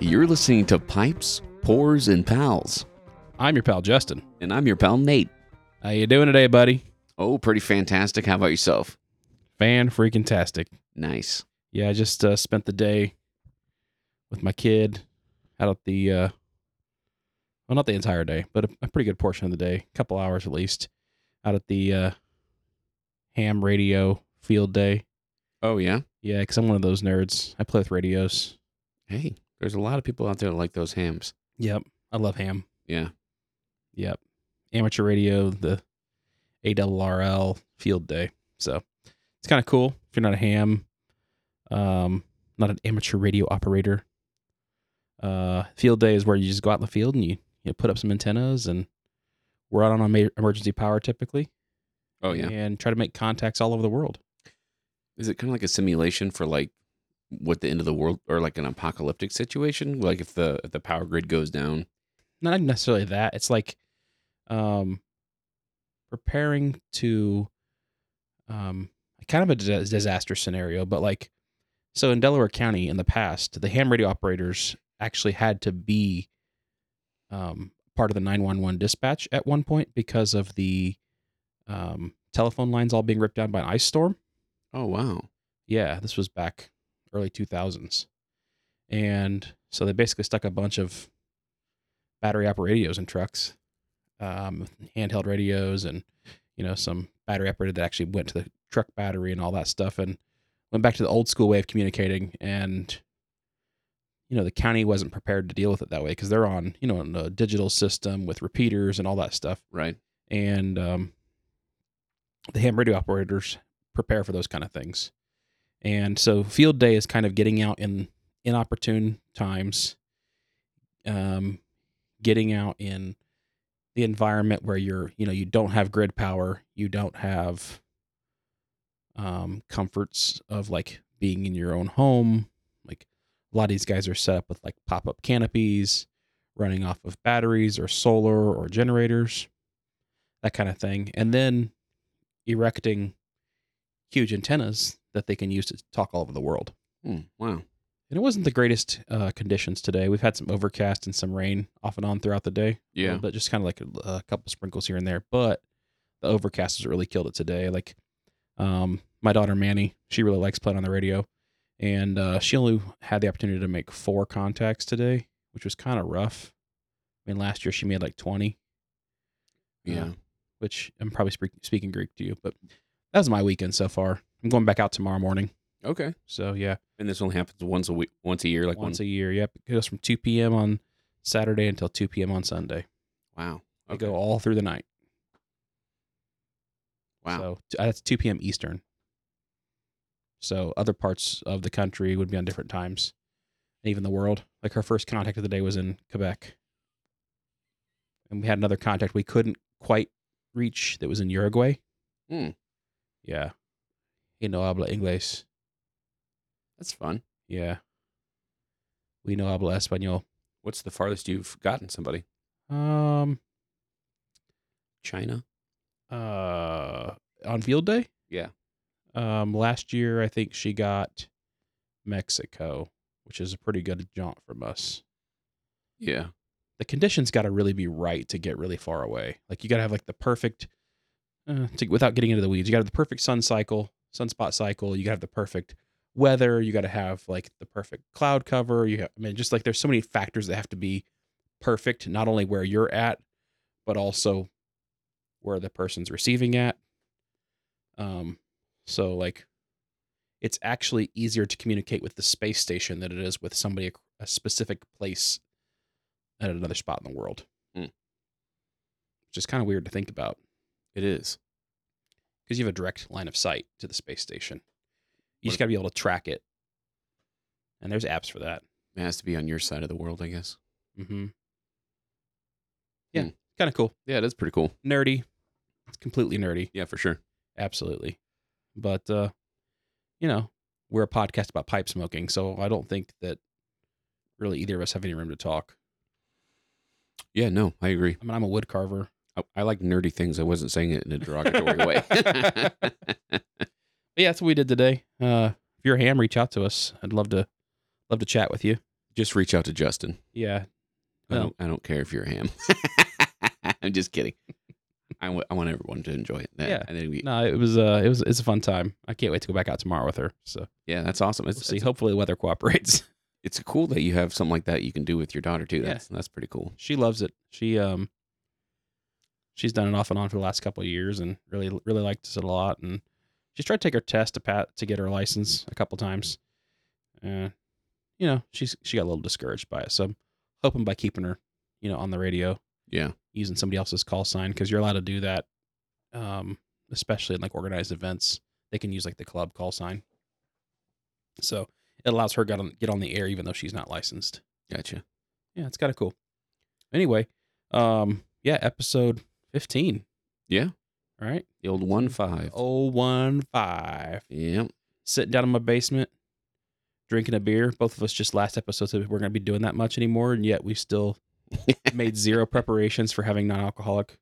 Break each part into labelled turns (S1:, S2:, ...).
S1: You're listening to Pipes, Pores, and Pals,
S2: I'm your pal Justin.
S1: and I'm your pal Nate.
S2: How you doing today, buddy?
S1: Oh, pretty fantastic. How about yourself?
S2: Fan freaking tastic.
S1: Nice.
S2: Yeah, I just uh, spent the day with my kid out at the uh well not the entire day, but a, a pretty good portion of the day, a couple hours at least, out at the uh ham radio field day.
S1: Oh, yeah?
S2: Yeah, cuz I'm one of those nerds. I play with radios.
S1: Hey, there's a lot of people out there that like those hams.
S2: Yep. I love ham.
S1: Yeah.
S2: Yep. Amateur radio, the AWRL field day. So it's kind of cool if you're not a ham, um, not an amateur radio operator. Uh, field day is where you just go out in the field and you, you put up some antennas and we're out on ema- emergency power typically
S1: Oh, yeah.
S2: and try to make contacts all over the world.
S1: Is it kind of like a simulation for like what the end of the world or like an apocalyptic situation? Like if the if the power grid goes down?
S2: not necessarily that. It's like um preparing to um kind of a dis- disaster scenario, but like so in Delaware County in the past, the ham radio operators actually had to be um part of the 911 dispatch at one point because of the um telephone lines all being ripped down by an ice storm
S1: Oh, wow.
S2: yeah, this was back early 2000s. And so they basically stuck a bunch of battery operated radios in trucks, um, handheld radios, and, you know, some battery operated that actually went to the truck battery and all that stuff and went back to the old school way of communicating. And, you know, the county wasn't prepared to deal with it that way because they're on, you know, on a digital system with repeaters and all that stuff
S1: Right.
S2: and um, the ham radio operators prepare for those kind of things. And so field day is kind of getting out in inopportune times, um, getting out in the environment where you're, you know, you don't have grid power, you don't have um, comforts of like being in your own home. Like a lot of these guys are set up with like pop up canopies, running off of batteries or solar or generators that kind of thing, and then erecting huge antennas that they can use to talk all over the world.
S1: Hmm, wow.
S2: And it wasn't the greatest uh, conditions today. We've had some overcast and some rain off and on throughout the day,
S1: Yeah.
S2: but just kind of like a, a couple sprinkles here and there. But the overcast has really killed it today. Like, um, my daughter Manny, she really likes playing on the radio, and uh, she only had the opportunity to make four contacts today, which was kind of rough. I mean, last year she made like twenty, Uh,
S1: Yeah.
S2: which I'm probably speak, speaking Greek to you, but that was my weekend so far. I'm going back out tomorrow morning.
S1: Okay.
S2: So yeah,
S1: And this only happens once a week, once a year, like
S2: once
S1: once.
S2: a year. Yep, it goes from 2 p.m. on Saturday until 2 p.m. on Sunday.
S1: Wow.
S2: They go all through the night.
S1: Wow.
S2: So t- uh, that's 2 p.m. Eastern. So other parts of the country would be on different times, and even the world. Like her first contact of the day was in Quebec, and we had another contact we couldn't quite reach that was in Uruguay.
S1: Hmm.
S2: Yeah, you know, habla inglés.
S1: That's fun.
S2: Yeah, we know habla español.
S1: What's the farthest you've gotten somebody?
S2: Um,
S1: China?
S2: uh, on field day.
S1: Yeah.
S2: Um, last year I think she got Mexico, which is a pretty good jaunt from us.
S1: Yeah.
S2: The conditions got to really be right to get really far away. Like you got to have like the perfect, uh, to, without getting into the weeds, you got to have the perfect sun cycle, sunspot cycle. You got to have the perfect weather. You got to have like the perfect cloud cover. You, have, I mean, just like there's so many factors that have to be perfect, not only where you're at, but also where the person's receiving at. Um, so like, it's actually easier to communicate with the space station than it is with somebody ac- a specific place at another spot in the world,
S1: Mm.
S2: which is kind of weird to think about
S1: It is.
S2: because you have a direct line of sight to the space station. You
S1: What
S2: just got to be able to track it, and there's apps for that.
S1: It has to be on your side of the world, I guess.
S2: Mm-hmm. Yeah,
S1: Hmm.
S2: kind of cool,
S1: Yeah, that's pretty cool.
S2: nerdy. It's completely nerdy.
S1: Yeah, for sure.
S2: absolutely but uh you know we're a podcast about pipe smoking so i don't think that really either of us have any room to talk
S1: Yeah, no, I agree.
S2: i mean i'm a wood carver
S1: I, I like nerdy things. I wasn't saying it in a derogatory way.
S2: but yeah that's what we did today uh if you're a ham reach out to us i'd love to love to chat with you
S1: Just reach out to Justin.
S2: Yeah.
S1: I,
S2: No.
S1: don't, I don't care if you're him. I'm just kidding. I wa- I want everyone to enjoy it. That-
S2: Yeah.
S1: And then we,
S2: No, it was uh it was it's a fun time. I can't wait to go back out tomorrow with her. So
S1: yeah, that's awesome.
S2: we'll
S1: It's,
S2: see.
S1: it's,
S2: Hopefully the weather cooperates.
S1: it's cool that you have something like that you can do with your daughter too.
S2: Yeah.
S1: That's that's pretty cool.
S2: she loves it. She um she's done it off and on for the last couple of years and really really liked it a lot and she's tried to take her test to pat to get her license a couple times. Uh you know, she's she got a little discouraged by it. So I'm hoping by keeping her, you know, on the radio
S1: Yeah.
S2: using somebody else's call sign because you're allowed to do that um especially in like organized events they can use like the club call sign so it allows her get on get on the air even though she's not licensed
S1: Gotcha.
S2: yeah it's kind of cool anyway um yeah episode 15
S1: Yeah.
S2: all right
S1: The old one five.
S2: oh one five
S1: Yeah.
S2: sitting down in my basement drinking a beer both of us just last episode said we weren't going to be doing that much anymore and yet we still made zero preparations for having non-alcoholic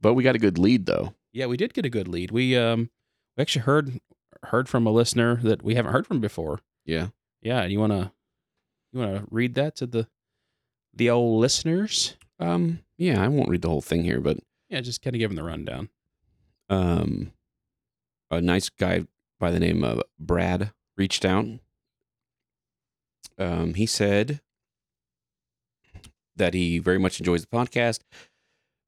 S1: But we got a good lead though.
S2: Yeah, we did get a good lead. We um we actually heard heard from a listener that we haven't heard from before.
S1: Yeah.
S2: Yeah, and you wanna you wanna read that to the the old listeners?
S1: Um. Yeah. I won't read the whole thing here, but
S2: Yeah, just kind of give them the rundown.
S1: um, a nice guy by the name of Brad reached out. Um, he said that he very much enjoys the podcast.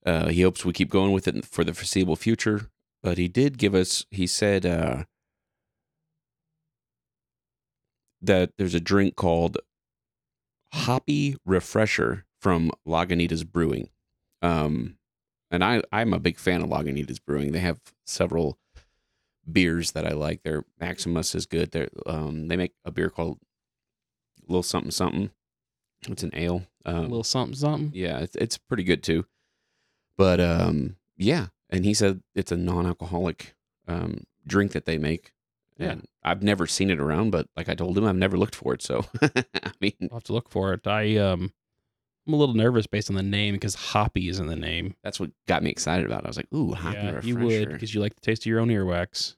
S1: Uh, he hopes we keep going with it for the foreseeable future. But he did give us, he said uh, that there's a drink called Hoppy Refresher from Lagunitas Brewing. Um, and I I'm a big fan of Lagunitas Brewing. They have several beers that I like. Their Maximus is good. They um they make a beer called Little Something Something. It's an ale.
S2: a
S1: Um,
S2: little something something.
S1: yeah, it's it's pretty good too. But um yeah, and he said it's a non-alcoholic um drink that they make.
S2: Yeah.
S1: And I've never seen it around, but like I told him, I've never looked for it. So I mean,
S2: I'll have to look for it. I um I'm a little nervous based on the name because hoppy is in the name.
S1: that's what got me excited about it. I was like, "Ooh, hoppy refresher."
S2: you would because you like the taste of your own earwax.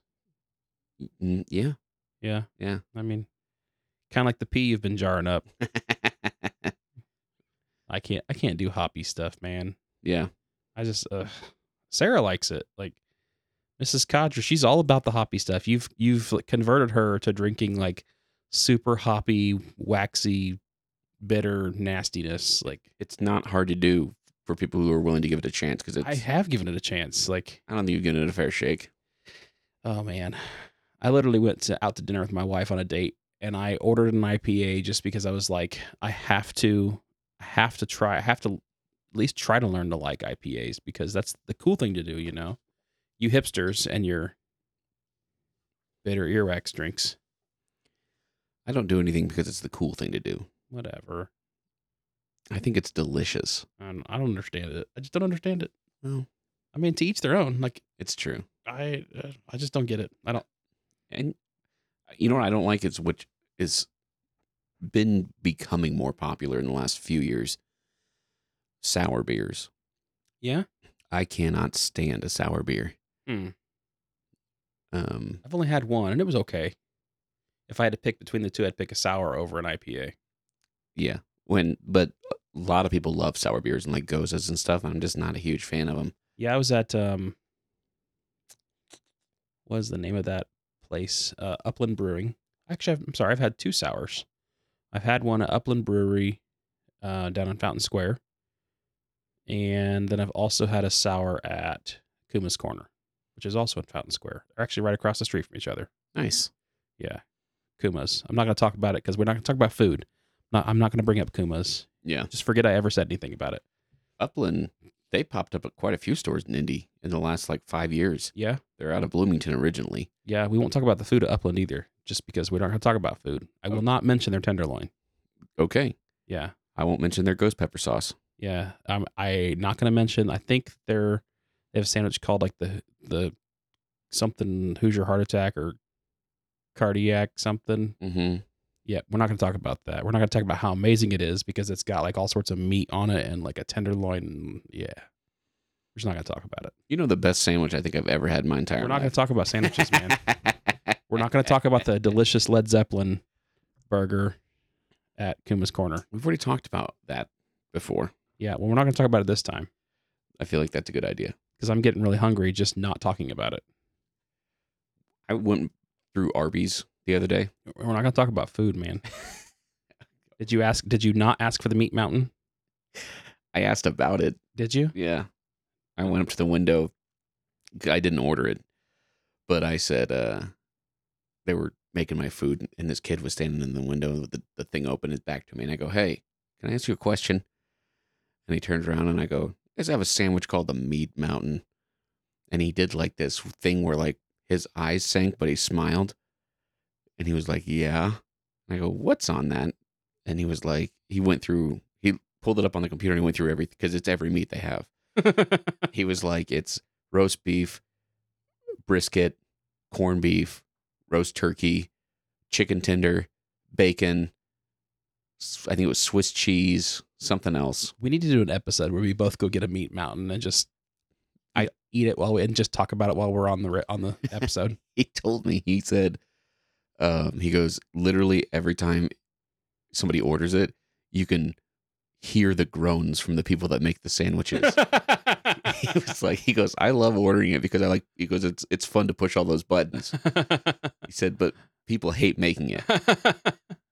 S1: Mm, yeah,
S2: Yeah.
S1: Yeah.
S2: I mean kind of like the pea you've been jarring up. I can't I can't do hoppy stuff, man.
S1: yeah.
S2: I just uh, Sarah likes it. Like Mrs. Codger, she's all about the hoppy stuff. You've you've like, converted her to drinking like super hoppy, waxy, bitter nastiness. Like
S1: it's not hard to do for people who are willing to give it a chance because it's.
S2: I
S1: I,
S2: have given it a chance. Like
S1: don't think you're giving it a fair shake.
S2: oh man, I literally went to, out to dinner with my wife on a date, and I ordered an IPA just because I was like, I have to, I have to try, I have to at least try to learn to like IPAs because that's the cool thing to do, you know. You hipsters and your bitter earwax drinks,
S1: I don't do anything because it's the cool thing to do.
S2: whatever.
S1: I think it's delicious.
S2: I don't, I don't understand it. I just don't understand it.
S1: Well.
S2: I mean, to each their own. Like
S1: It's true.
S2: I, uh, I just don't get it. I don't.
S1: And uh, you know what I don't like is which is been becoming more popular in the last few years. Sour beers.
S2: Yeah,
S1: I cannot stand a sour beer.
S2: Hmm.
S1: Um,
S2: I've only had one, and it was okay. If I had to pick between the two, I'd pick a sour over an IPA.
S1: yeah. When, but a lot of people love sour beers and like gozas and stuff. I'm just not a huge fan of them.
S2: Yeah, I was at um what is the name of that place? Uh Upland Brewing. Actually, I've, I'm sorry, I've had two sours. I've had one at Upland Brewery uh down in Fountain Square. And then I've also had a sour at Kuma's Corner, which is also in Fountain Square. They're actually right across the street from each other.
S1: Nice.
S2: Yeah. Kuma's. I'm not going to talk about it cuz we're not going to talk about food. Not, I'm not going to bring up Kuma's.
S1: Yeah.
S2: Just forget I ever said anything about it.
S1: Upland, they popped up at quite a few stores in Indy in the last like five years.
S2: Yeah.
S1: They're out of Bloomington originally.
S2: Yeah, we won't talk about the food at Upland either, just because we're not going to talk about food. I will
S1: Okay.
S2: not mention their tenderloin.
S1: Okay.
S2: Yeah,
S1: I won't mention their ghost pepper sauce.
S2: yeah. I'm I not going to mention. I think they're they have a sandwich called like the the something Hoosier heart attack or cardiac something.
S1: Mm-hmm.
S2: Yeah, we're not going to talk about that. We're not going to talk about how amazing it is because it's got like all sorts of meat on it and like a tenderloin. And yeah, we're just not going to talk about it.
S1: You know the best sandwich I think I've ever had in my entire
S2: We're not going
S1: life.
S2: to talk about sandwiches, man. We're not going to talk about the delicious Led Zeppelin burger at Kuma's Corner.
S1: We've already talked about that before.
S2: Yeah, well, we're not going to talk about it this time
S1: I feel like that's a good idea.
S2: because I'm getting really hungry just not talking about it.
S1: I went through Arby's the other day.
S2: We're not going to talk about food, man. did you ask? Did you not ask for the meat mountain?
S1: I asked about it.
S2: Did you?
S1: Yeah. I went up to the window. I didn't order it, but I said uh they were making my food and this kid was standing in the window with the, the thing open his back to me and I go, Hey, can I ask you a question? And he turns around and I go, You guys have a sandwich called the Meat Mountain. And he did like this thing where like his eyes sank, but he smiled. And he was like, Yeah. And I go, What's on that? And he was like, he went through he pulled it up on the computer and he went through everything because it's every meat they have he was like, it's roast beef, brisket, corned beef, roast turkey, chicken tender, bacon. s- I think it was Swiss cheese, something else.
S2: we need to do an episode where we both go get a meat mountain and just
S1: I-
S2: I eat it while we and just talk about it while we're on the re- on the episode.
S1: He told me, he said, um, he goes, literally every time somebody orders it, you can hear the groans from the people that make the sandwiches. he was like, he goes, I love ordering it because I like, he goes, it's, it's fun to push all those buttons. He said, but people hate making it.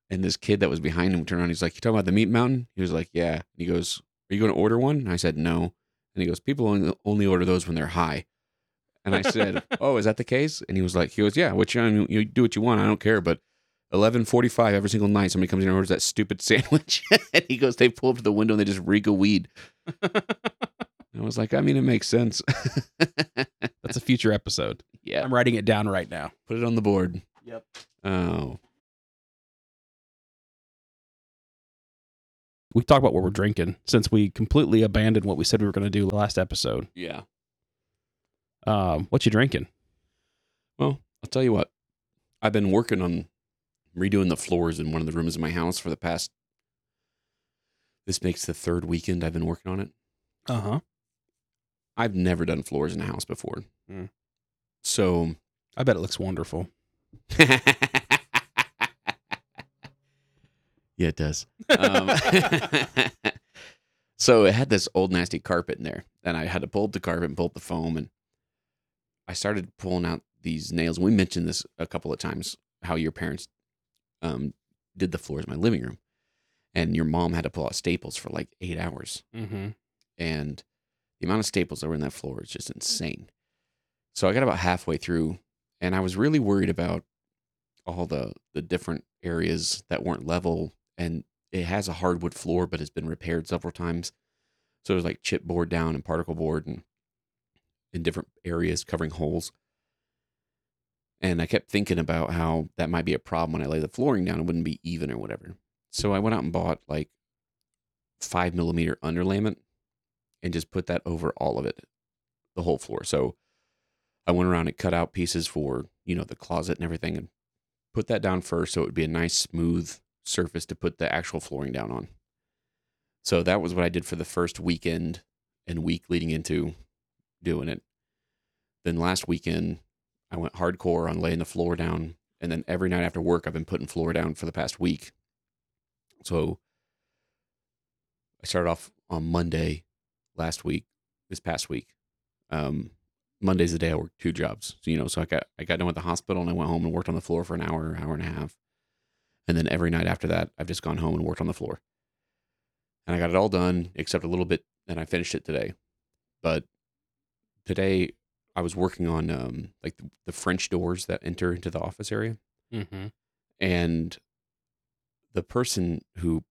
S1: And this kid that was behind him turned around. He's like, "You talking about the meat mountain?" He was like, "Yeah." And he goes, "Are you going to order one?" And I said, "No." And he goes, "People only, only order those when they're high." And I said, "Oh, is that the case?" And he was like, "He goes, yeah. What you, I mean, you do what you want. I don't care." But eleven forty-five every single night, somebody comes in and orders that stupid sandwich. and he goes, "They pull up to the window and they just reek of weed." And I was like, "I mean, it makes sense."
S2: That's a future episode.
S1: yeah,
S2: I'm writing it down right now.
S1: put it on the board.
S2: Yep.
S1: Oh,
S2: We talk about what we're drinking since we completely abandoned what we said we were going to do last episode.
S1: yeah.
S2: Um, what you drinking?
S1: Well, I'll tell you what. I've been working on redoing the floors in one of the rooms in my house for the past. This makes the third weekend I've been working on it.
S2: Uh huh.
S1: I've never done floors in a house before.
S2: Mm.
S1: So
S2: I bet it looks wonderful.
S1: Yeah, it does. Um, so it had this old nasty carpet in there, and I had to pull up the carpet and pull up the foam, and I started pulling out these nails. We mentioned this a couple of times how your parents um, did the floors in my living room, and your mom had to pull out staples for like eight hours
S2: mm-hmm.
S1: and the amount of staples that were in that floor is just insane. So I got about halfway through, and I was really worried about all the the different areas that weren't level. And it has a hardwood floor, but it's been repaired several times. So there's like chipboard down and particle board and in different areas covering holes. And I kept thinking about how that might be a problem when I lay the flooring down; it wouldn't be even or whatever. So I went out and bought like five millimeter underlayment and just put that over all of it, the whole floor. So I went around and cut out pieces for, you know, the closet and everything and put that down first so it would be a nice smooth surface to put the actual flooring down on. So that was what I did for the first weekend and week leading into doing it. Then last weekend, I went hardcore on laying the floor down. And then every night after work, I've been putting floor down for the past week. So I started off on Monday last week, this past week. Um, Monday's the day I worked two jobs. So, you know, so I got I got done with the hospital and I went home and worked on the floor for an hour, hour and a half. And then every night after that, I've just gone home and worked on the floor. And I got it all done except a little bit and I finished it today. But today I was working on um like the, the French doors that enter into the office area
S2: Mm-hmm.
S1: and the person who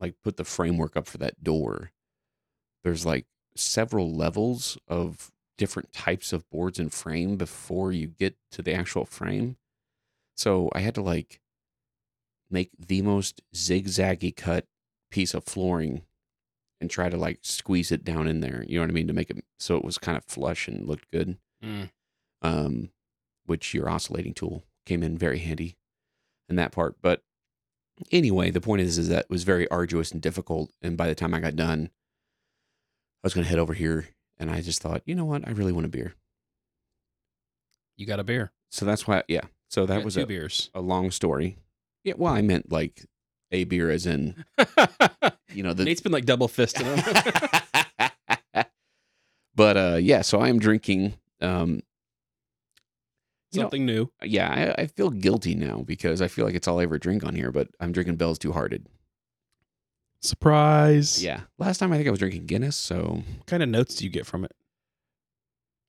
S1: like put the framework up for that door there's like several levels of different types of boards and frame before you get to the actual frame so i had to like make the most zigzaggy cut piece of flooring and try to like squeeze it down in there you know what i mean to make it so it was kind of flush and looked good
S2: Mm.
S1: um, which your oscillating tool came in very handy in that part. But anyway, the point is, is that it was very arduous and difficult. And by the time I got done, I was going to head over here, and I just thought, you know what, I really want a beer.
S2: You got a beer.
S1: So that's why, yeah. So
S2: You
S1: that
S2: got
S1: was
S2: two
S1: a,
S2: beers.
S1: a long story. Yeah, well, I meant like a beer as in you know the
S2: Nate's been like double fisting them.
S1: but uh yeah so i am drinking um You know-
S2: Something new.
S1: yeah I, I feel guilty now because i feel like it's all i ever drink on here but i'm drinking bell's too hearted
S2: Surprise.
S1: yeah last time i think i was drinking guinness so
S2: What kind of notes do you get from it?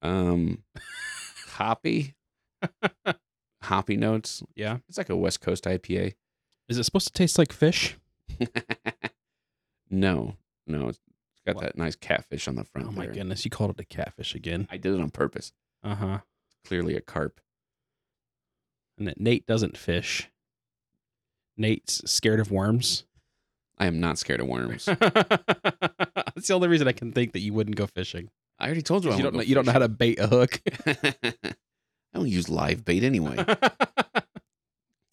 S1: um hoppy hoppy notes
S2: Yeah.
S1: it's like a west coast ipa
S2: Is it supposed to taste like fish?
S1: no no it's got
S2: What?
S1: that nice catfish on the front
S2: Oh my
S1: there.
S2: goodness, you called it a catfish again.
S1: i did it on purpose
S2: Uh huh.
S1: clearly a carp
S2: And that Nate doesn't fish. Nate's scared of worms.
S1: i am not scared of worms
S2: That's the only reason I can think that you wouldn't go fishing.
S1: i already told you I
S2: You
S1: won't
S2: don't know,
S1: go
S2: you don't know how
S1: fishing.
S2: to bait a hook.
S1: I don't use live bait anyway.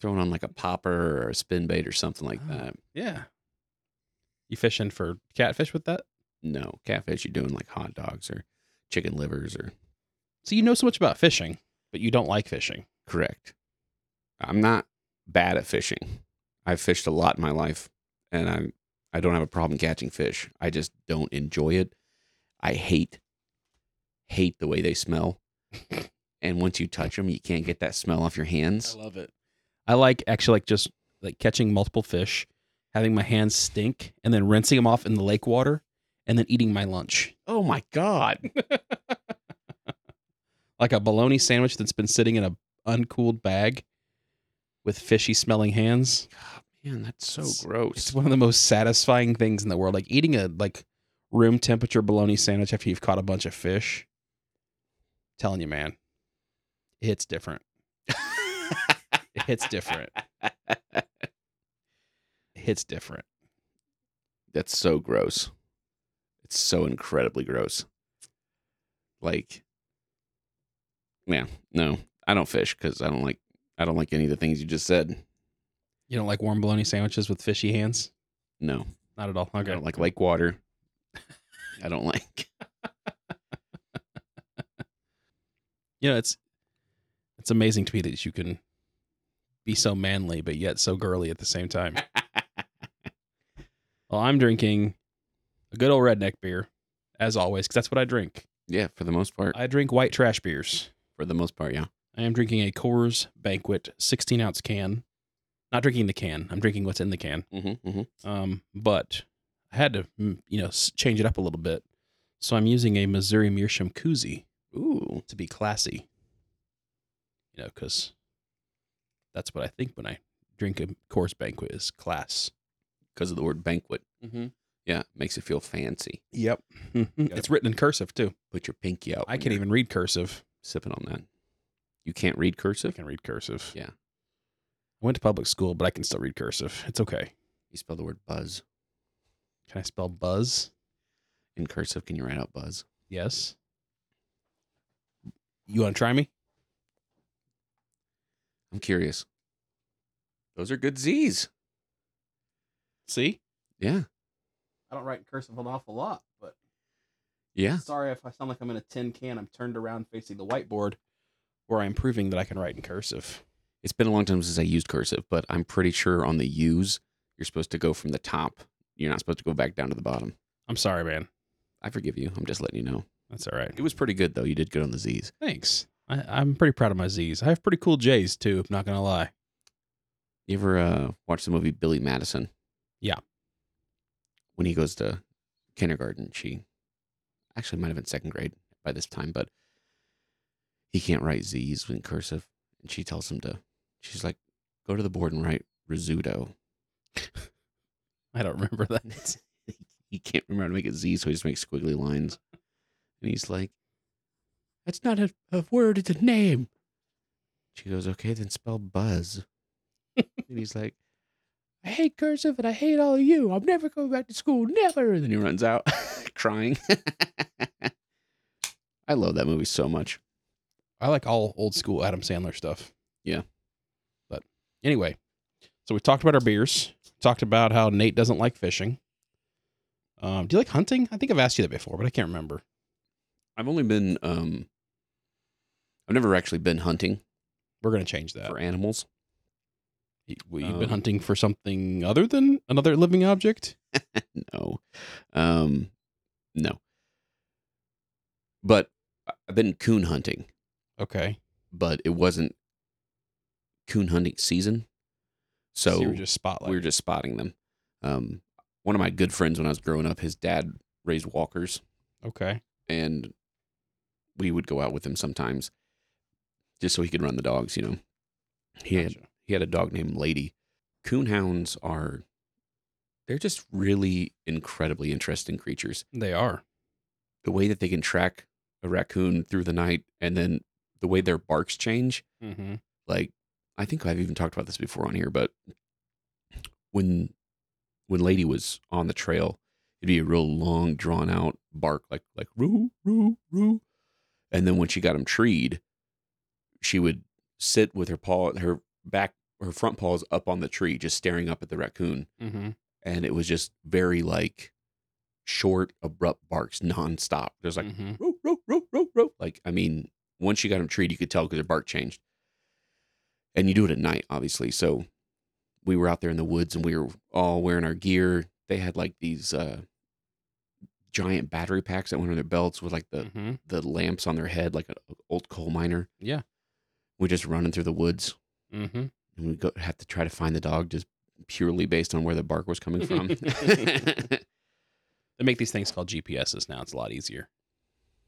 S1: Throwing on like a popper or a spin bait or something like
S2: Oh.
S1: that.
S2: yeah. You fishing for catfish with that?
S1: No, catfish you're doing like hot dogs or chicken livers or
S2: So you know so much about fishing, but you don't like fishing.
S1: correct. I'm not bad at fishing. I've fished a lot in my life and I I don't have a problem catching fish. I just don't enjoy it. I hate hate the way they smell. and once you touch them, you can't get that smell off your hands.
S2: love it. I like actually like just like catching multiple fish, having my hands stink, and then rinsing them off in the lake water, and then eating my lunch
S1: Oh my god.
S2: like a bologna sandwich that's been sitting in a uncooled bag with fishy smelling hands.
S1: Man, that's so
S2: It's-
S1: gross.
S2: It's one of the most satisfying things in the world. Like eating a like room temperature bologna sandwich after you've caught a bunch of fish. telling you, man, it hits different. It hits different. It hits different.
S1: That's so gross. It's so incredibly gross. Like, yeah, no, I don't fish because I don't like I don't like any of the things you just said.
S2: You don't like warm bologna sandwiches with fishy hands?
S1: No,
S2: Not at all.
S1: I
S2: Okay.
S1: don't like lake water. I don't like.
S2: you know, it's it's amazing to me that you can be so manly but yet so girly at the same time. well, I'm drinking a good old redneck beer, as always, because that's what I drink.
S1: Yeah, for the most part.
S2: I drink white trash beers.
S1: For the most part, yeah.
S2: I am drinking a Coors Banquet 16 ounce can. Not drinking the can. I'm drinking what's in the can.
S1: Mm-hmm, mm-hmm.
S2: Um, but I had to, mm, you know, s- change it up a little bit. So I'm using a Missouri Meerschaum koozie
S1: Ooh,
S2: to be classy. You know, because that's what I think when I drink a course banquet is class.
S1: because of the word banquet.
S2: Mm-hmm.
S1: Yeah, makes it feel fancy.
S2: Yep. It's written in cursive too.
S1: Put your pinky out.
S2: I
S1: when
S2: can't
S1: you're
S2: even read cursive.
S1: sipping on that. You can't read
S2: I
S1: cursive.
S2: can read cursive.
S1: Yeah.
S2: I went to public school, but I can still read cursive. It's okay.
S1: You spell the word buzz
S2: Can I spell buzz?
S1: in cursive. Can you write out buzz?
S2: Yes. You want to try me?
S1: I'm curious. Those are good Z's.
S2: See?
S1: Yeah.
S2: I don't write in cursive an awful lot, but
S1: Yeah.
S2: sorry if I sound like I'm in a tin can. I'm turned around facing the whiteboard where I'm proving that I can write in cursive.
S1: It's been a long time since I used cursive, but I'm pretty sure on the U's, you're supposed to go from the top. You're not supposed to go back down to the bottom.
S2: I'm sorry, man.
S1: I forgive you. I'm just letting you know.
S2: That's all right.
S1: It was pretty good, though. You did good on the Z's.
S2: Thanks. I, I'm pretty proud of my Z's. I have pretty cool J's too. I'm not gonna lie.
S1: You ever uh, watch the movie Billy Madison?
S2: Yeah.
S1: When he goes to kindergarten, she actually might have been second grade by this time, but he can't write Z's in cursive. And she tells him to, she's like, go to the board and write Rizzuto.
S2: I don't remember that.
S1: he can't remember how to make a Z, so he just makes squiggly lines. And he's like, That's not a, a word, it's a name. She goes, Okay, then spell buzz. and he's like, I hate cursive and I hate all of you. I'm never going back to school, never. And then he runs out crying. I love that movie so much.
S2: I like all old school Adam Sandler stuff.
S1: Yeah.
S2: But anyway, so we talked about our beers. Talked about how Nate doesn't like fishing. Um, do you like hunting? I think I've asked you that before, but I can't remember.
S1: I've only been, um, I've never actually been hunting
S2: We're gonna change that.
S1: for animals.
S2: You- well, You've been
S1: Um,
S2: hunting for something other than another living object.
S1: no. Um no. But I- I've been coon hunting,
S2: Okay,
S1: but it wasn't coon hunting season. So,
S2: you were just spotlight.
S1: we were just spotting them. Um one of my good friends when I was growing up, his dad raised walkers
S2: okay.
S1: and we would go out with him sometimes just so he could run the dogs, you know. He had
S2: Gotcha.
S1: he had a dog named Lady. Coonhounds are they're just really incredibly interesting creatures.
S2: They are.
S1: The way that they can track a raccoon through the night and then the way their barks change,
S2: Mm-hmm.
S1: like I think I've even talked about this before on here, but when when Lady was on the trail, it'd be a real long drawn out bark like like roo roo roo. And then when she got him treed, she would sit with her paw her back her front paws up on the tree just staring up at the raccoon
S2: Mm-hmm.
S1: and it was just very like short abrupt barks nonstop. There's like
S2: mm-hmm.
S1: row, row, row, row, row. Like, I mean, once you got them treed, you could tell because their bark changed. And you do it at night, obviously. So we were out there in the woods and we were all wearing our gear. They had like these uh, giant battery packs that went on their belts with like the,
S2: Mm-hmm.
S1: the lamps on their head, like an old coal miner.
S2: Yeah.
S1: We're just running through the woods
S2: Mm-hmm.
S1: and we go, have to try to find the dog just purely based on where the bark was coming from.
S2: They make these things called GPSs now. It's a lot easier.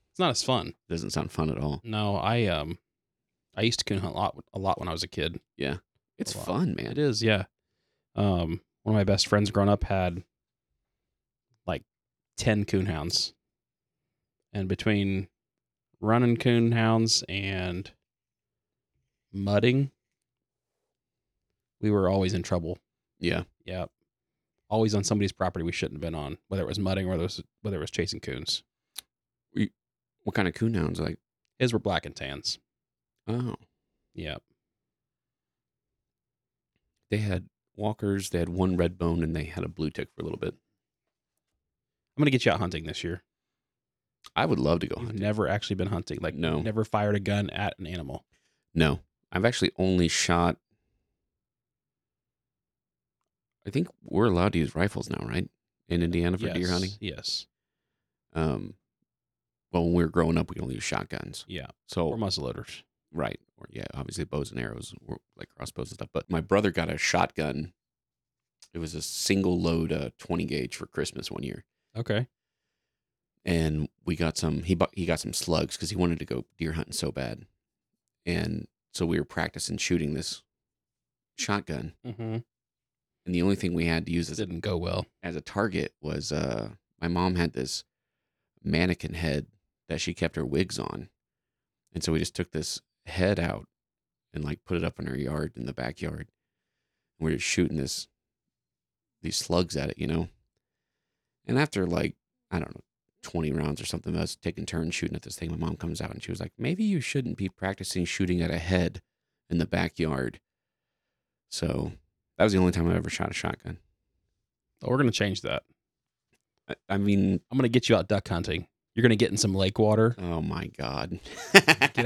S2: It's not as fun.
S1: Doesn't sound fun at all.
S2: No, I um, I used to coon hunt a lot a lot when I was a kid.
S1: It's
S2: A lot.
S1: fun, man.
S2: It is, yeah. Um, one of my best friends growing up had like ten coonhounds, and between running coonhounds and mudding, we were always in trouble.
S1: Yeah.
S2: Yep, always on somebody's property we shouldn't have been on, whether it was mudding or whether it was, whether it was chasing coons.
S1: What kind of coon hounds? Like,
S2: His were black and tans.
S1: oh.
S2: Yep.
S1: they had walkers, they had one red bone, and they had a blue tick for a little bit.
S2: I'm gonna get you out hunting this year.
S1: I would love to go
S2: You've
S1: hunting.
S2: never actually been hunting, like
S1: No.
S2: never fired a gun at an animal.
S1: No, I've actually only shot. I think we're allowed to use rifles now, right? In Indiana for deer
S2: Yes,
S1: hunting.
S2: Yes.
S1: Um, well, when we were growing up, we could only use shotguns.
S2: Yeah.
S1: So
S2: Or muzzleloaders.
S1: right, or yeah, obviously bows and arrows, or like crossbows and stuff. But my brother got a shotgun. It was a single load uh, twenty gauge for Christmas one year.
S2: Okay.
S1: and we got some he bought he got some slugs because he wanted to go deer hunting so bad and so we were practicing shooting this shotgun
S2: Mm-hmm.
S1: and the only thing we had to use
S2: This
S1: as a,
S2: didn't go well.
S1: as a target was uh my mom had this mannequin head that she kept her wigs on and so we just took this head out and like put it up in her yard in the backyard and we were just shooting this these slugs at it you know and after like i don't know 20 rounds or something us taking turns shooting at this thing my mom comes out and she was like maybe you shouldn't be practicing shooting at a head in the backyard so that was the only time i ever shot a shotgun
S2: We're gonna change that.
S1: I, I mean
S2: I'm gonna get you out duck hunting. You're gonna get in some lake water.
S1: Oh my god.
S2: Get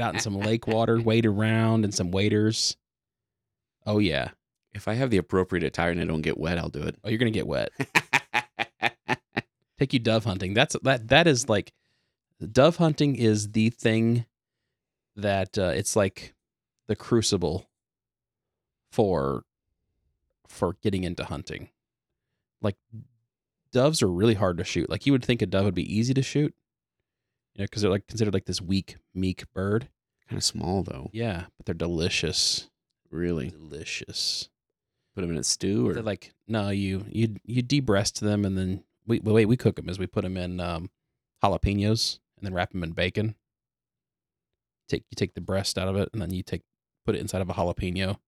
S2: out in some lake water. Wade around and some waders. Oh yeah.
S1: If I have the appropriate attire and I don't get wet, I'll do it.
S2: Oh, you're gonna get wet. Take you dove hunting. That's that. That is like dove hunting is the thing that uh, it's like the crucible for for getting into hunting. Like doves are really hard to shoot. Like you would think a dove would be easy to shoot, you know, because they're like considered like this weak, meek bird.
S1: kind of small though.
S2: Yeah, but they're delicious.
S1: Really.
S2: Delicious.
S1: Put them in a stew or
S2: They're like no, you you you debreast them and then we the way we cook them is we put them in um, jalapenos and then wrap them in bacon. Take you take the breast out of it and then you take put it inside of a jalapeno,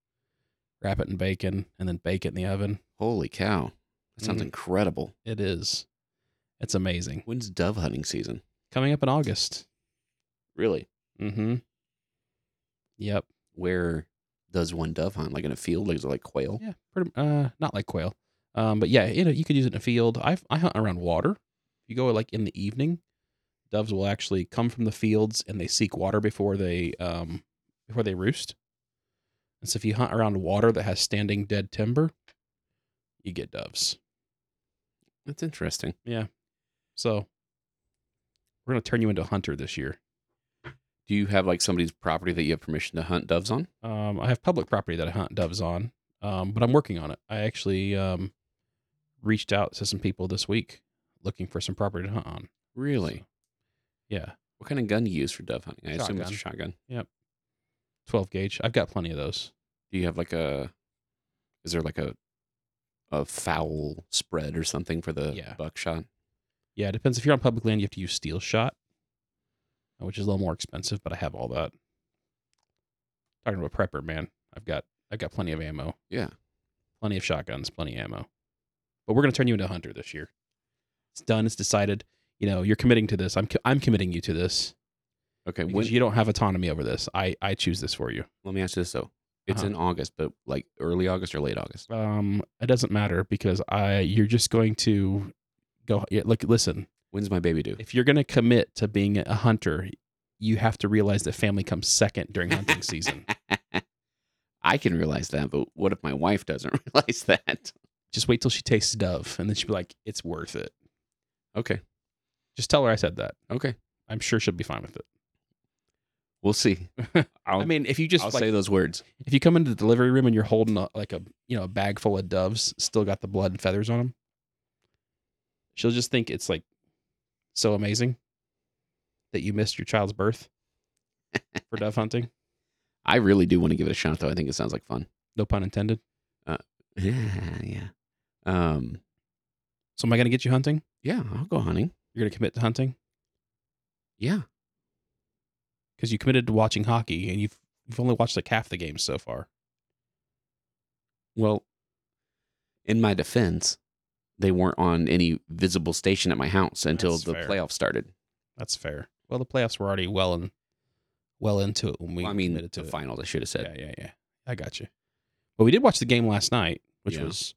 S2: wrap it in bacon and then bake it in the oven.
S1: holy cow. That sounds
S2: Mhm.
S1: incredible.
S2: It is, it's amazing.
S1: When's dove hunting season?
S2: Coming up in August.
S1: Really?
S2: Mm-hmm. Yep.
S1: Where does one dove hunt? Like in a field? Like is it like quail?
S2: Yeah. Pretty. Uh, not like quail. Um, but yeah, you know, you could use it in a field. I I hunt around water. If you go like in the evening, doves will actually come from the fields and they seek water before they um before they roost. And so if you hunt around water that has standing dead timber, you get doves.
S1: That's interesting.
S2: So we're going to turn you into a hunter this year.
S1: Do you have like somebody's property that you have permission to hunt doves on?
S2: Um, I have public property that I hunt doves on, um, but I'm working on it. I actually um, reached out to some people this week looking for some property to hunt on.
S1: Really?
S2: So, yeah.
S1: What kind of gun do you use for dove hunting? I assume it's a shotgun.
S2: 12 gauge. I've got plenty of those.
S1: Do you have like a? Is there like a, a foul spread or something for the
S2: Yeah.
S1: buckshot?
S2: Yeah, it depends. If you're on public land, you have to use steel shot, uh, which is a little more expensive, but I have all that. Talking to a prepper, man. I've got I've got plenty of ammo,
S1: Yeah.
S2: plenty of shotguns, plenty of ammo. But we're gonna turn you into a hunter this year. It's done. It's decided. You know, you're committing to this. I'm co- I'm committing you to this.
S1: Okay.
S2: Because
S1: When,
S2: you don't have autonomy over this. I I choose this for you.
S1: let me ask you this though. It's
S2: Uh-huh.
S1: in August, but like early August or late August.
S2: Um, it doesn't matter because I you're just going to go. Yeah, look, listen.
S1: When's my baby due?
S2: if you're going to commit to being a hunter, you have to realize that family comes second during hunting season.
S1: I can realize that, but what if my wife doesn't realize that?
S2: Just wait till she tastes dove and then she'll be like, it's worth it.
S1: Okay.
S2: Just tell her I said that.
S1: Okay.
S2: I'm sure she'll be fine with it.
S1: We'll see. I'll,
S2: I mean, if you just
S1: I'll
S2: like,
S1: say those words.
S2: if you come into the delivery room and you're holding a, like a, you know, a bag full of doves, still got the blood and feathers on them, she'll just think it's like so amazing that you missed your child's birth for dove hunting.
S1: I really do want to give it a shot, though. I think it sounds like fun.
S2: No pun intended.
S1: Yeah, yeah. Um,
S2: So am I going to get you hunting?
S1: yeah, I'll go hunting.
S2: You're going to commit to hunting?
S1: Yeah.
S2: because you committed to watching hockey and you've you've only watched like half the games so far.
S1: Well, in my defense, they weren't on any visible station at my house until
S2: That's
S1: the
S2: fair.
S1: playoffs started.
S2: That's fair. Well, the playoffs were already well and well into it when we
S1: Well, I mean,
S2: committed to
S1: the
S2: it.
S1: finals, I should have said.
S2: Yeah, yeah, yeah. I got you. Well, we did watch the game last night, which
S1: Yeah.
S2: was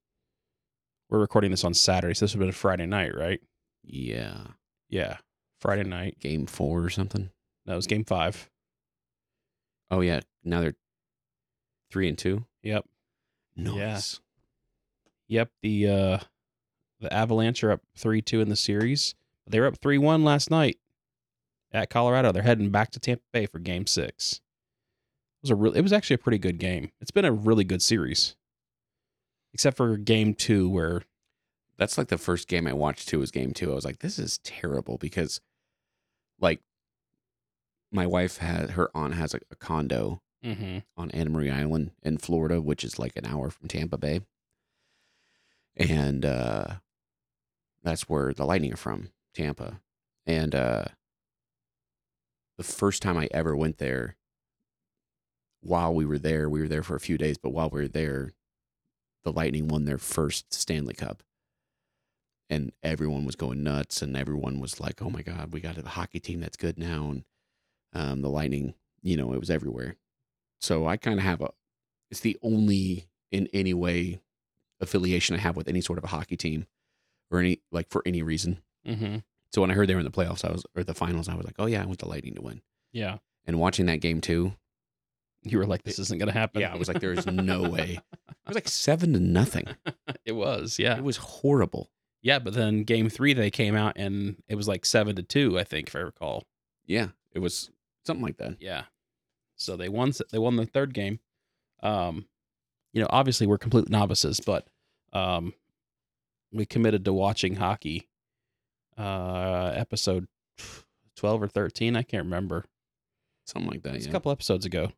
S2: we're recording this on Saturday, so this would have been a Friday night, right?
S1: Yeah.
S2: Yeah, Friday night.
S1: Game four or something.
S2: No, it was game five.
S1: Oh, yeah. Now they're three and two.
S2: Yep, Yeah.
S1: Nice.
S2: yep. The uh the Avalanche are up three two in the series. They were up three one last night at Colorado. They're heading back to Tampa Bay for Game Six. It was a real. It was actually a pretty good game. It's been a really good series, except for Game Two where
S1: that's like the first game I watched too was game two. I was like, this is terrible because like my wife had her aunt has a, a condo on Anna Marie Island in Florida, which is like an hour from Tampa Bay. And uh that's where the lightning are from, Tampa. And uh the first time I ever went there, while we were there, we were there for a few days, but while we were there, the Lightning won their first Stanley Cup. And everyone was going nuts and everyone was like, Oh my God, we got a hockey team that's good now and um the lightning, you know, it was everywhere. So I kind of have a, it's the only in any way affiliation I have with any sort of a hockey team or any, like for any reason.
S2: Mm-hmm.
S1: So when I heard they were in the playoffs, I was, or the finals, I was like, oh yeah, I want the Lightning to win.
S2: Yeah,
S1: And watching that game too,
S2: you were like, "This isn't gonna happen."
S1: yeah, I was like, there is no way. It was like seven to nothing.
S2: it was. Yeah,
S1: It was horrible.
S2: yeah. But then Game Three, they came out and it was like seven to two, I think, if I recall.
S1: Yeah, it was something like that.
S2: Yeah. So they won. They won the third game. Um, you know, obviously we're complete novices, but um, we committed to watching hockey. Uh, episode twelve or thirteen, I can't remember.
S1: Something like that.
S2: It's a
S1: Yeah.
S2: couple episodes ago.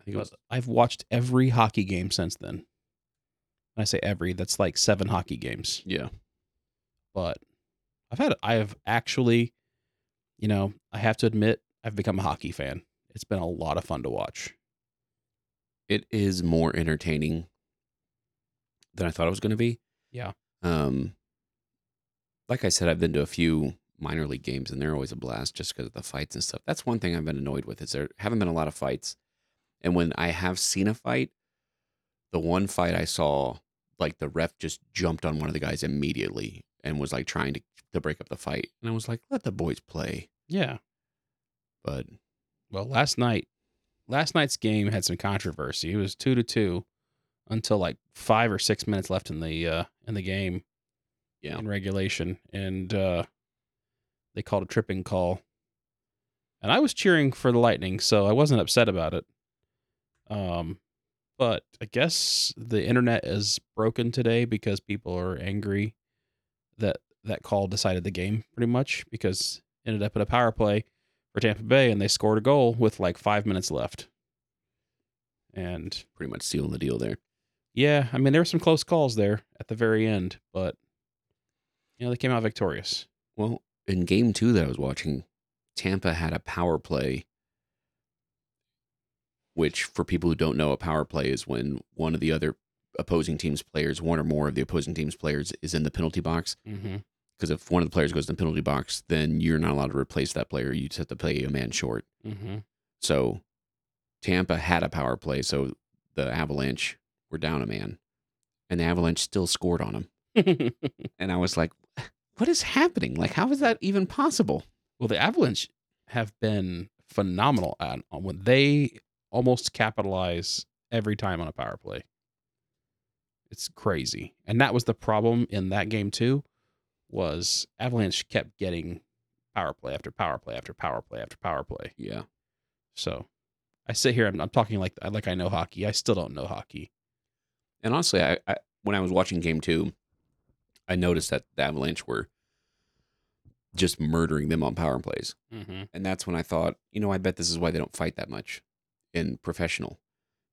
S1: I think it was,
S2: But I've watched every hockey game since then. When I say every, that's like seven hockey games
S1: yeah.
S2: but I've had I have actually, you know, I have to admit I've become a hockey fan. It's been a lot of fun to watch.
S1: It is more entertaining than I thought it was going to be.
S2: Yeah.
S1: Um, like I said, I've been to a few minor league games, and they're always a blast just because of the fights and stuff. That's one thing I've been annoyed with is there haven't been a lot of fights, and when I have seen a fight, the one fight I saw, like the ref just jumped on one of the guys immediately and was like trying to to break up the fight, and I was like, let the boys play.
S2: Yeah.
S1: But
S2: Well, last night last night's game had some controversy. It was two to two until like five or six minutes left in the uh, in the game.
S1: Yeah.
S2: In regulation, and uh, they called a tripping call, and I was cheering for the Lightning, so I wasn't upset about it. Um, but I guess the internet is broken today because people are angry that that call decided the game pretty much because it ended up in a power play for Tampa Bay and they scored a goal with like five minutes left. And
S1: Pretty much sealing the deal there.
S2: yeah, I mean there were some close calls there at the very end, but you know they came out victorious.
S1: Well, in game two that I was watching, Tampa had a power play, which for people who don't know, a power play is when one of the other opposing team's players, one or more of the opposing team's players, is in the penalty box.
S2: Mm-hmm.
S1: Because if one of the players goes in the penalty box, then you're not allowed to replace that player. You just have to play a man short.
S2: Mm-hmm.
S1: So Tampa had a power play, so the Avalanche were down a man, and the Avalanche still scored on him. And I was like, what is happening? Like, how is that even possible?
S2: well, the Avalanche have been phenomenal at on when they almost capitalize every time on a power play. It's crazy, and that was the problem in that game too. Was Avalanche kept getting power play after power play after power play after power play.
S1: Yeah.
S2: So I sit here. I'm, I'm talking like like I know hockey. I still don't know hockey.
S1: And honestly, I, I when I was watching game two, I noticed that the Avalanche were just murdering them on power plays.
S2: Mm-hmm.
S1: And that's when I thought, you know, I bet this is why they don't fight that much in professional.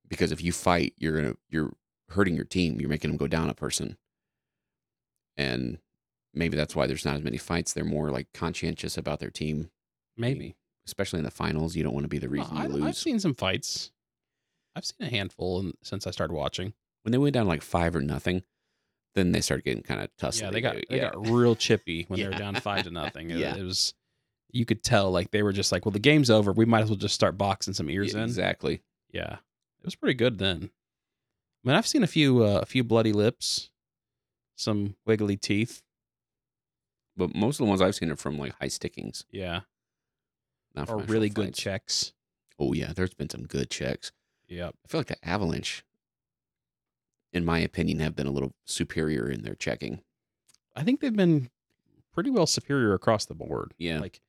S1: Because if you fight, you're gonna you're hurting your team. You're making them go down a person. And maybe that's why there's not as many fights. They're more like conscientious about their team.
S2: Maybe
S1: Especially in the finals, you don't want to be the reason
S2: I,
S1: you
S2: I've
S1: lose.
S2: seen some fights. I've seen a handful in, since I started watching.
S1: when they went down like five or nothing, then they started getting kind of tussling.
S2: uh, yeah, they got they got real chippy when they were down
S1: Yeah.
S2: five to nothing. It,
S1: Yeah.
S2: it was you could tell like they were just like, well, the game's over. We might as well just start boxing some ears
S1: Yeah,
S2: in.
S1: Exactly.
S2: Yeah, it was pretty good then. I mean, I've seen a few uh, a few bloody lips, some wiggly teeth.
S1: But most of the ones I've seen are from like high stickings,
S2: Yeah,
S1: not from
S2: or
S1: actual
S2: really good
S1: fights.
S2: checks.
S1: Oh yeah, there's been some good checks.
S2: Yep.
S1: I feel like the Avalanche, in my opinion, have been a little superior in their checking.
S2: I think they've been pretty well superior across the board.
S1: Yeah,
S2: Like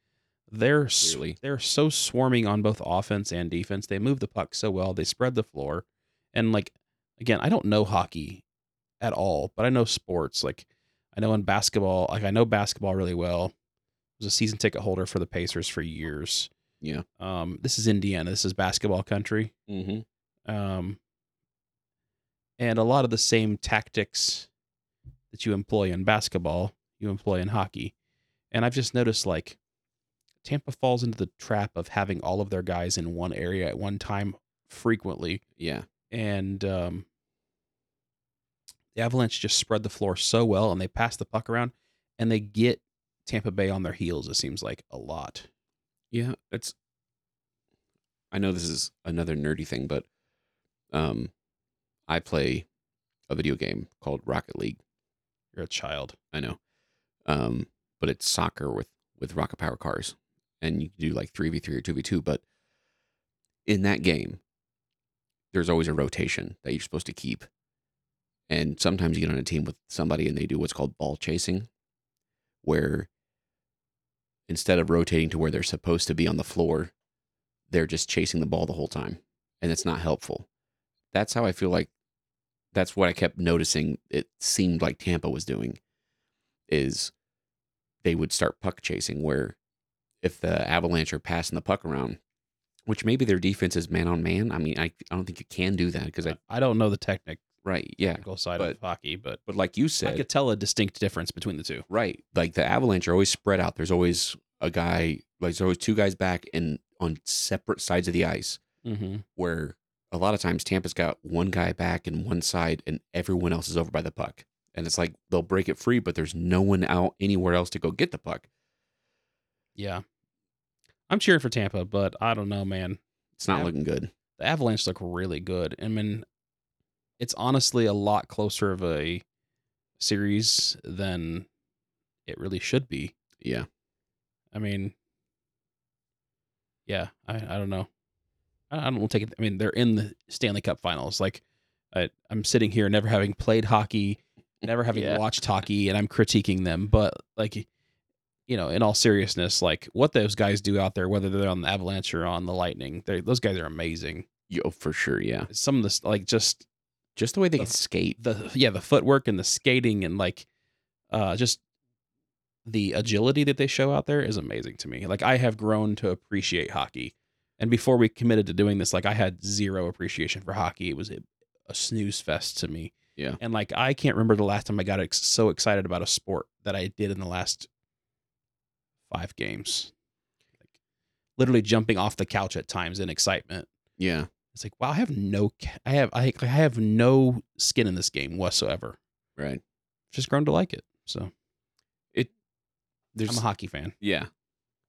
S2: they're s-
S1: Clearly.
S2: they're so swarming on both offense and defense. They move the puck so well. They spread the floor, and like again, I don't know hockey at all, but I know sports. Like I know in basketball, like I know basketball really well. I was a season ticket holder for the Pacers for years.
S1: Yeah.
S2: Um, this is Indiana. This is basketball country
S1: mm-hmm.
S2: um, and a lot of the same tactics that you employ in basketball you employ in hockey and i've just noticed like tampa falls into the trap of having all of their guys in one area at one time frequently
S1: yeah,
S2: and um, the avalanche just spread the floor so well and they pass the puck around and they get tampa bay on their heels it seems like a lot
S1: yeah. It's. I know this is another nerdy thing, but, um, I play a video game called Rocket League.
S2: you're a child
S1: I know. Um, but it's soccer with with rocket power cars, and you can do like three v three or two v two. But in that game, there's always a rotation that you're supposed to keep, and sometimes you get on a team with somebody and they do what's called ball chasing, where instead of rotating to where they're supposed to be on the floor, they're just chasing the ball the whole time, and it's not helpful. That's how I feel like. That's what I kept noticing. It seemed like Tampa was doing is they would start puck chasing where if the avalanche are passing the puck around which maybe their defense is man on man i mean i, I don't think you can do that because i
S2: i don't know the technic-
S1: right yeah
S2: technical side
S1: but-
S2: of hockey but
S1: but like you
S2: i
S1: said
S2: could tell a distinct difference between the two
S1: right like the avalanche are always spread out there's always a guy like there's always two guys back and on separate sides of the ice
S2: mm-hmm.
S1: where a lot of times tampa's got one guy back and one side and everyone else is over by the puck and it's like they'll break it free but there's no one out anywhere else to go get the puck
S2: Yeah. I'm cheering for Tampa, but I don't know, man.
S1: it's not
S2: Av-
S1: looking good
S2: The Avalanche look really good. I mean, it's honestly a lot closer of a series than it really should be.
S1: yeah
S2: I mean, yeah, I, I don't know. I I don't take it. I mean, they're in the Stanley Cup Finals. Like, I, I'm sitting here never having played hockey, never having
S3: Yeah.
S2: watched hockey, and I'm critiquing them. But like, you know, in all seriousness, like what those guys do out there, whether they're on the Avalanche or on the Lightning, they those guys are amazing.
S1: Yo, for sure, yeah.
S2: Some of this, like, just
S1: Just the way they
S2: The-
S1: can skate.
S2: the yeah the footwork and the skating and like uh just the agility that they show out there is amazing to me like i have grown to appreciate hockey and before we committed to doing this like i had zero appreciation for hockey it was a, a snooze fest to me
S1: Yeah.
S2: and like i can't remember the last time i got ex- so excited about a sport that i did in the last five games like, literally jumping off the couch at times in excitement
S1: Yeah.
S2: it's like, wow, I have no, ca- I have, I, I have no skin in this game whatsoever.
S1: Right.
S2: Just grown to like it. So
S1: There's
S2: I'm a hockey fan.
S1: yeah.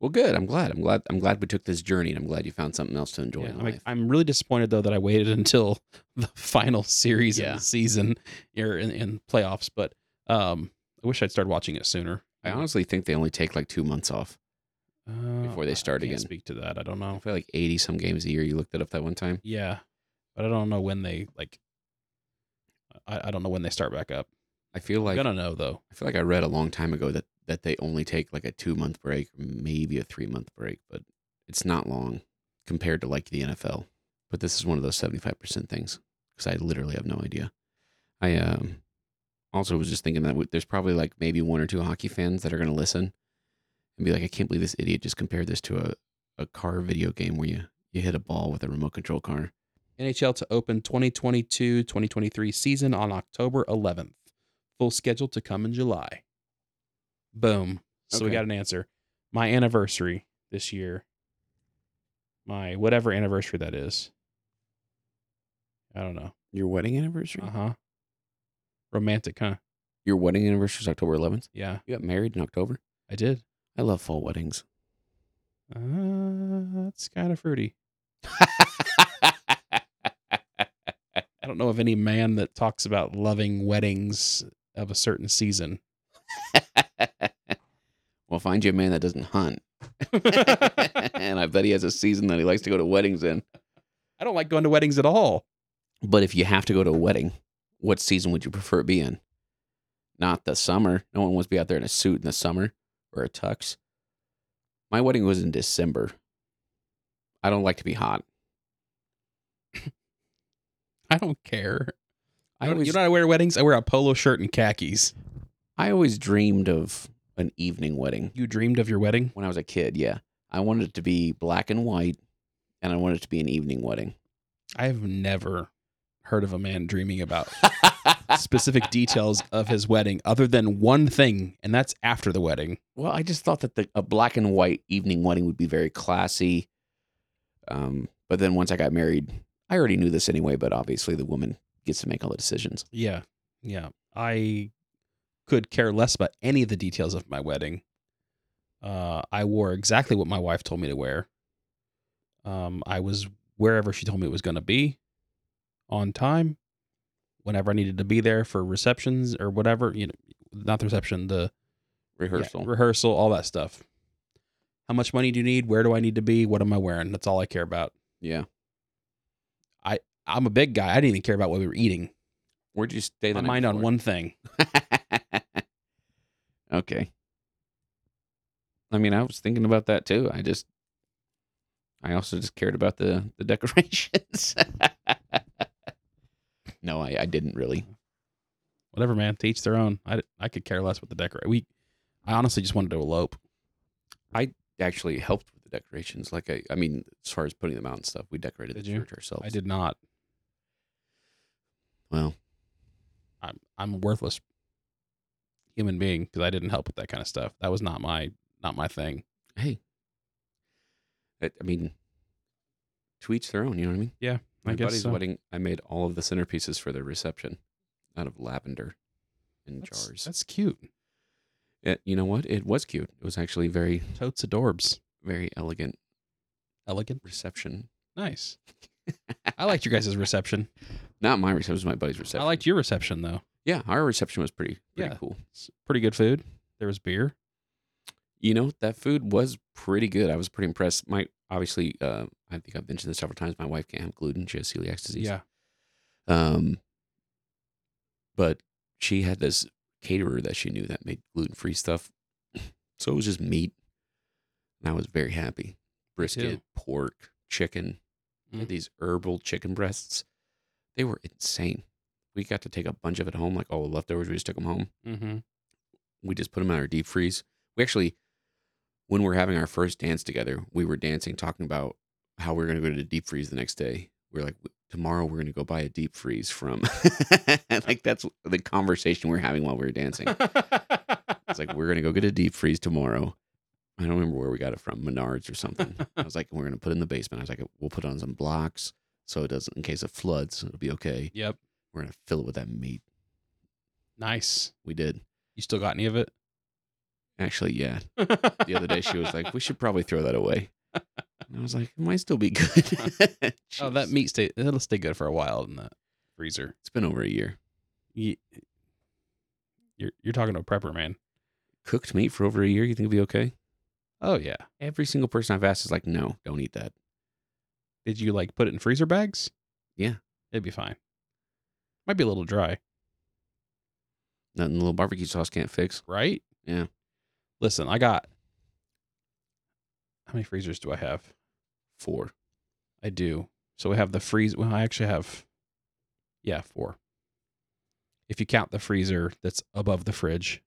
S1: Well, good. I'm glad. I'm glad. I'm glad we took this journey, and I'm glad you found something else to enjoy
S2: Yeah,
S1: in
S2: I'm,
S1: life.
S2: like, I'm really disappointed though that I waited until the final series
S1: Yeah.
S2: of the season or in, in playoffs. But um, I wish I'd started watching it sooner.
S1: I honestly think they only take like two months off.
S2: Uh,
S1: before they
S2: I
S1: start
S2: can't
S1: again.
S2: Speak to that. I don't
S1: I
S2: know.
S1: feel like 80 some games a year. You looked it up that one time.
S2: Yeah, but I don't know when they like. I, I don't know when they start back up.
S1: I feel like
S2: Gonna know though.
S1: I feel like I read a long time ago that that they only take like a two month break, maybe a three month break, but it's not long compared to like the NFL. But this is one of those seventy five percent things because I literally have no idea. I um also was just thinking that w- there's probably like maybe one or two hockey fans that are going to listen and be like, I can't believe this idiot just compared this to a a car video game where you you hit a ball with a remote control car.
S2: NHL to open 2022-2023 season on October 11th. Full schedule to come in July. Boom. So we
S1: Okay.
S2: got an answer. My anniversary this year. My whatever anniversary that is. I don't know.
S1: Your wedding anniversary?
S2: Uh-huh. Romantic, huh?
S1: Your wedding anniversary is October 11th.
S2: Yeah,
S1: You got married in October.
S2: I did.
S1: I love fall weddings.
S2: Uh, that's kind of fruity. I don't know of any man that talks about loving weddings of a certain season.
S1: well, find you a man that doesn't hunt. and I bet he has a season that he likes to go to weddings in.
S2: I don't like going to weddings at all.
S1: But if you have to go to a wedding, what season would you prefer it be in? Not the summer. No one wants to be out there in a suit in the summer or a tux. My wedding was in December. I don't like to be hot.
S2: I don't care.
S1: I
S2: You know-
S1: always,
S2: you know what I wear to weddings? I wear a polo shirt and khakis.
S1: I always dreamed of an evening wedding.
S2: You dreamed of your wedding?
S1: when I was a kid. Yeah, I wanted it to be black and white, and I wanted it to be an evening wedding.
S2: I've never heard of a man dreaming about specific details of his wedding other than one thing, and that's after the wedding.
S1: well, I just thought that the, a black and white evening wedding would be very classy. Um, but then once I got married, I already knew this anyway. But obviously, the woman gets to make all the decisions.
S2: Yeah. Yeah. I could care less about any of the details of my wedding. Uh, I wore exactly what my wife told me to wear. Um, I was wherever she told me it was going to be on time, whenever I needed to be there for receptions or whatever, you know, not the reception, the yeah,
S1: Rehearsal.
S2: rehearsal, all that stuff. How much money do you need? Where do I need to be? What am I wearing? That's all I care about.
S1: yeah.
S2: I'm a big guy. I didn't even care about what we were eating.
S1: Where'd you stay?
S2: My
S1: The
S2: mind on one thing.
S1: one. okay. I mean, I was thinking about that too. I just, I also just cared about the the decorations. no, I, I didn't really.
S2: whatever, man. To each their own. I, I could care less what the decorate. We, I honestly just wanted to elope.
S1: Actually, helped with the decorations. Like I, I mean, as far as putting them out and stuff, we decorated
S2: Did
S1: the
S2: you?
S1: church ourselves.
S2: I did not.
S1: Well,
S2: I'm I'm a worthless human being because I didn't help with that kind of stuff. That was not my not my thing.
S1: hey, I, I mean, to each their own. You know what I mean?
S2: Yeah,
S1: My
S2: I guess
S1: buddy's
S2: so.
S1: wedding. I made all of the centerpieces for their reception out of lavender in
S2: That's,
S1: jars.
S2: that's cute.
S1: it, you know what? It was cute. It was actually very,
S2: Totes adorbs.
S1: very elegant
S2: Elegant.
S1: reception.
S2: Nice. I liked your guys' reception.
S1: Not my reception. It was my buddy's reception.
S2: I liked your reception though.
S1: Yeah, our reception was pretty, pretty
S2: Yeah.
S1: cool.
S2: It's pretty good food. There was beer.
S1: You know, that food was pretty good. I was pretty impressed. My obviously, uh, I think I've mentioned this several times. My wife can't have gluten; she has celiac disease.
S2: Yeah.
S1: Um, but she had this caterer that she knew that made gluten free stuff. So it was just meat. And I was very happy. Brisket, pork, chicken, They had
S2: Mm.
S1: these herbal chicken breasts. They were insane. We got to take a bunch of it home, like all the leftovers. We just took them home.
S2: Mm-hmm.
S1: We just put them in our deep freeze. We actually, when we we're having our first dance together, we were dancing, talking about how we are going to go to the deep freeze the next day. We are like, tomorrow we're going to go buy a deep freeze from. like that's the conversation we were having while we were dancing. It's like we're gonna go get a deep freeze tomorrow. I don't remember where we got it from, Menards or something. I was like, we're gonna put it in the basement. I was like, we'll put it on some blocks so it doesn't, in case it floods, it'll be okay.
S2: yep.
S1: We're gonna fill it with that meat.
S2: Nice.
S1: We did
S2: You still got any of it?
S1: actually, yeah. The other day she was like, we should probably throw that away. And I was like, it might still be good.
S2: "Oh,
S1: She
S2: that
S1: was-
S2: meat stay. It'll stay good for a while in the freezer."
S1: It's been over a year.
S2: Ye- You're you're talking to a prepper man.
S1: Cooked meat for over a year. You think it'll be okay?
S2: Oh yeah.
S1: Every single person I've asked is like, no, don't eat that.
S2: Did you like put it in freezer bags?
S1: Yeah.
S2: It'd be fine. Might be a little dry,
S1: Nothing the little barbecue sauce can't fix.
S2: right?
S1: Yeah.
S2: Listen, I got how many freezers do I have?
S1: Four.
S2: I do. So we have the freeze. Well, I actually have, yeah, four. If you count the freezer that's above the fridge,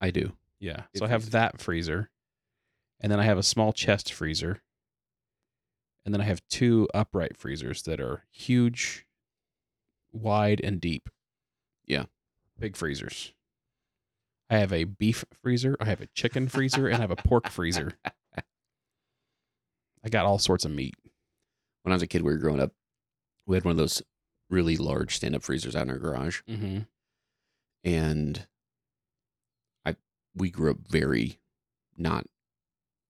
S1: I do.
S2: yeah.
S1: Good
S2: so I have
S1: freezer.
S2: that freezer, and then I have a small chest freezer, and then I have two upright freezers that are huge, wide, and deep.
S1: Yeah.
S2: big freezers. I have a beef freezer, I have a chicken freezer, and I have a pork freezer. I got all sorts of meat.
S1: when I was a kid, we were growing up, we had one of those really large stand up freezers out in our garage.
S2: Mm-hmm.
S1: And I we grew up very not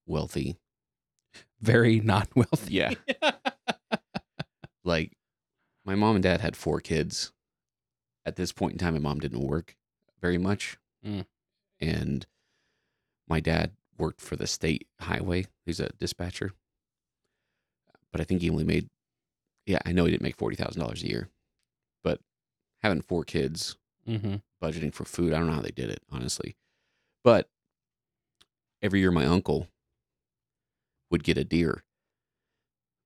S1: wealthy.
S2: Very not wealthy.
S1: Yeah. like my mom and dad had four kids. At this point in time, my mom didn't work very much.
S2: Mm.
S1: And my dad worked for the state highway. He's a dispatcher. But I think he only made, yeah, I know he didn't make $40,000 a year. But having four kids,
S2: Mm-hmm.
S1: budgeting for food. I don't know how they did it, honestly. But every year, my uncle would get a deer,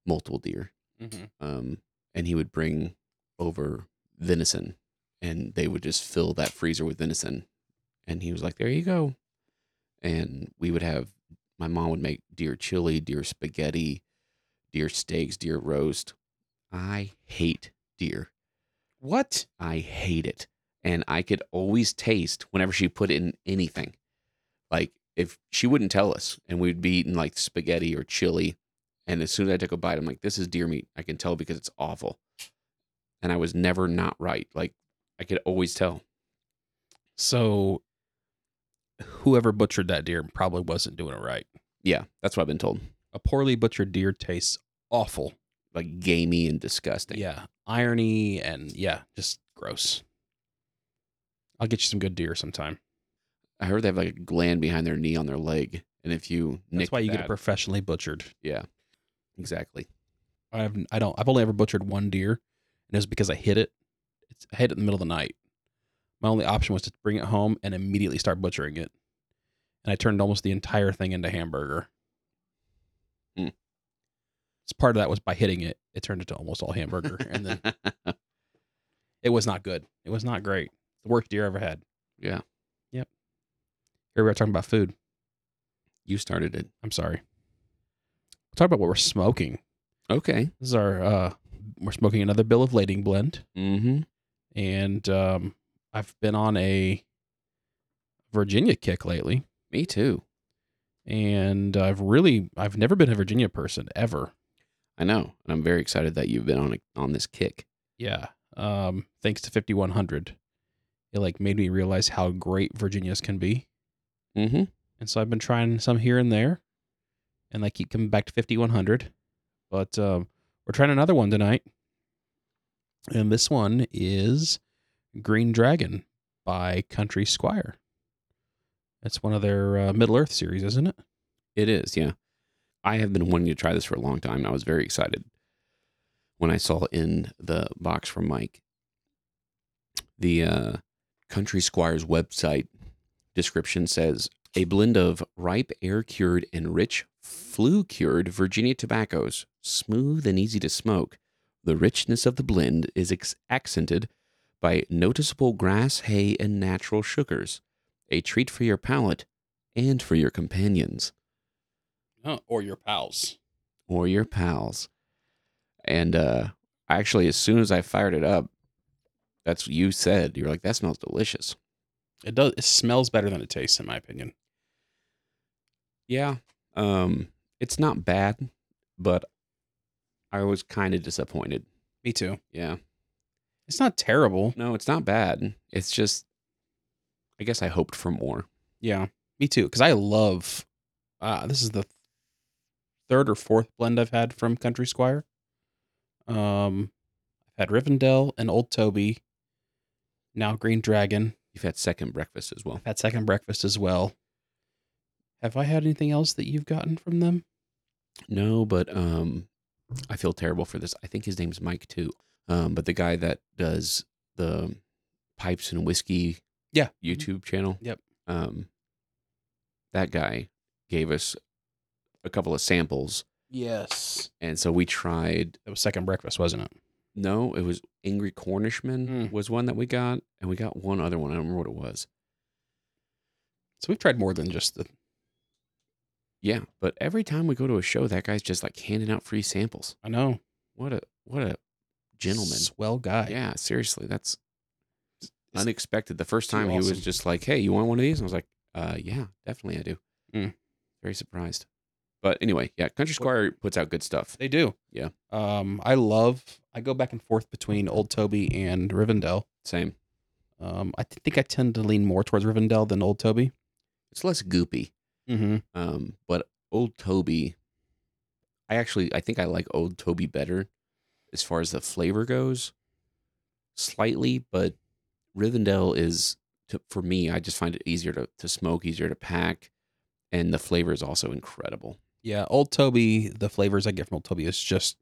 S1: multiple deer,
S2: Mm-hmm.
S1: um, and he would bring over venison, and they would just fill that freezer with venison. And he was like, "There you go," and we would have. My mom would make deer chili, deer spaghetti, deer steaks, deer roast. I hate deer.
S2: What?
S1: I hate it. And I could always taste whenever she put in anything. Like if she wouldn't tell us and we'd be eating like spaghetti or chili. And as soon as I took a bite, I'm like, this is deer meat. I can tell because it's awful. And I was never not right. Like I could always tell.
S2: So, whoever butchered that deer probably wasn't doing it right.
S1: Yeah, that's what I've been told.
S2: A poorly butchered deer tastes awful.
S1: Like gamey and disgusting.
S2: Yeah, irony and yeah, just gross. I'll get you some good deer sometime.
S1: I heard they have like a gland behind their knee on their leg. And if you
S2: That's
S1: nick
S2: why you get
S1: that-
S2: it professionally butchered.
S1: Yeah. Exactly.
S2: I've I don't I've only ever butchered one deer, and it was because I hit it. It's, I hit it in the middle of the night. My only option was to bring it home and immediately start butchering it, and I turned almost the entire thing into hamburger.
S1: Hmm.
S2: So part of that was by hitting it. It turned into almost all hamburger, and then it was not good. It was not great. The worst deer I ever had.
S1: Yeah.
S2: Yep. Here we are talking about food.
S1: you started it.
S2: I'm sorry. Talk about what we're smoking.
S1: Okay.
S2: This is our uh we're smoking another bill of lading blend
S1: Mm-hmm.
S2: and um I've been on a Virginia kick lately
S1: Me too.
S2: and I've really I've never been a Virginia person ever.
S1: I know, and I'm very excited that you've been on a, on this kick.
S2: Yeah. Um thanks to 5100 it like made me realize how great Virginias can be.
S1: Mm-hmm.
S2: And so I've been trying some here and there and I keep coming back to 5100. But um we're trying another one tonight. And this one is Green Dragon by Country Squire. That's one of their uh, Middle Earth series, isn't it?
S1: It is, yeah. I have been wanting to try this for a long time. and I was very excited when I saw in the box from Mike the uh, Country Squire's website description says a blend of ripe, air cured, and rich flue cured Virginia tobaccos, smooth and easy to smoke. The richness of the blend is ex- accented by noticeable grass, hay, and natural sugars. A treat for your palate and for your companions
S2: Huh, Oh, or your pals.
S1: or your pals. And uh actually as soon as I fired it up, that's what you said. You're like, that smells delicious.
S2: It does. It smells better than it tastes, in my opinion.
S1: Yeah. Um, it's not bad, but I was kind of disappointed.
S2: Me too.
S1: Yeah.
S2: It's not terrible.
S1: No, it's not bad. It's just I guess I hoped for more.
S2: Yeah, me too. Because I love. Uh, this is the third or fourth blend I've had from Country Squire. Um, I've had Rivendell and Old Toby. Now Green Dragon.
S1: You've had second breakfast as well.
S2: I've had Second Breakfast as well. Have I had anything else that you've gotten from them?
S1: No, but um, I feel terrible for this. I think his name's Mike too. Um, but the guy that does the pipes and whiskey,
S2: Yeah. Mm-hmm.
S1: YouTube channel.
S2: Yep.
S1: Um, that guy gave us a couple of samples,
S2: Yes.
S1: and so we tried.
S2: It was Second Breakfast, wasn't it?
S1: No, it was Angry Cornishman
S2: Mm.
S1: was one that we got, and we got one other one. I don't remember what it was.
S2: So we've tried more than just the.
S1: Yeah, but every time we go to a show, that guy's just like handing out free samples.
S2: I know.
S1: What a what a gentleman.
S2: Swell guy.
S1: Yeah, seriously, that's
S2: It's
S1: unexpected. The first
S2: too
S1: time he
S2: awesome.
S1: was just like, "Hey, you want one of these?" And I was like, "Uh, yeah, definitely, I do."
S2: Mm.
S1: Very surprised. But anyway, yeah, Country Squire puts out good stuff.
S2: They do.
S1: Yeah.
S2: Um, I love. I go back and forth between Old Toby and Rivendell.
S1: Same.
S2: Um, I th- think I tend to lean more towards Rivendell than Old Toby.
S1: It's less goopy.
S2: Mm-hmm.
S1: Um, but Old Toby, I actually I think I like Old Toby better as far as the flavor goes, slightly. But Rivendell is to, for me. I just find it easier to to smoke, easier to pack, and the flavor is also incredible.
S2: Yeah. Old Toby. The flavors I get from Old Toby is just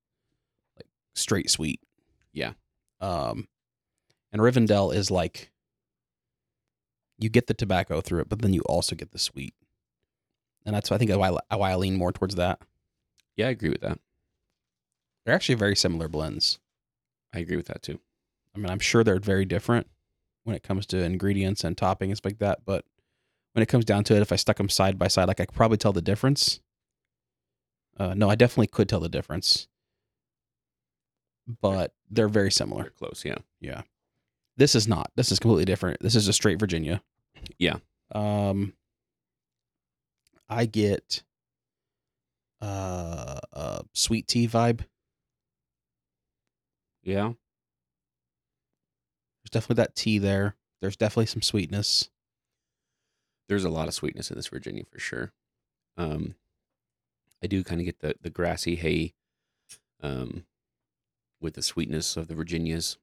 S2: like straight sweet.
S1: Yeah.
S2: Um, and Rivendell is like you get the tobacco through it, but then you also get the sweet, and that's why I think why I, why I lean more towards that.
S1: Yeah, I agree with that.
S2: They're actually very similar blends.
S1: I agree with that too.
S2: I mean, I'm sure they're very different when it comes to ingredients and toppings like that. But when it comes down to it, if I stuck them side by side, like I could probably tell the difference. Uh, no, I definitely could tell the difference, but they're very
S1: They're
S2: similar.
S1: close, yeah.
S2: Yeah, this is not. This is completely different. This is a straight Virginia.
S1: Yeah.
S2: Um, I get uh, a sweet tea vibe.
S1: Yeah.
S2: There's definitely that tea there. There's definitely some sweetness.
S1: There's a lot of sweetness in this Virginia for sure. Um I do kind of get the the grassy hay um with the sweetness of the Virginias.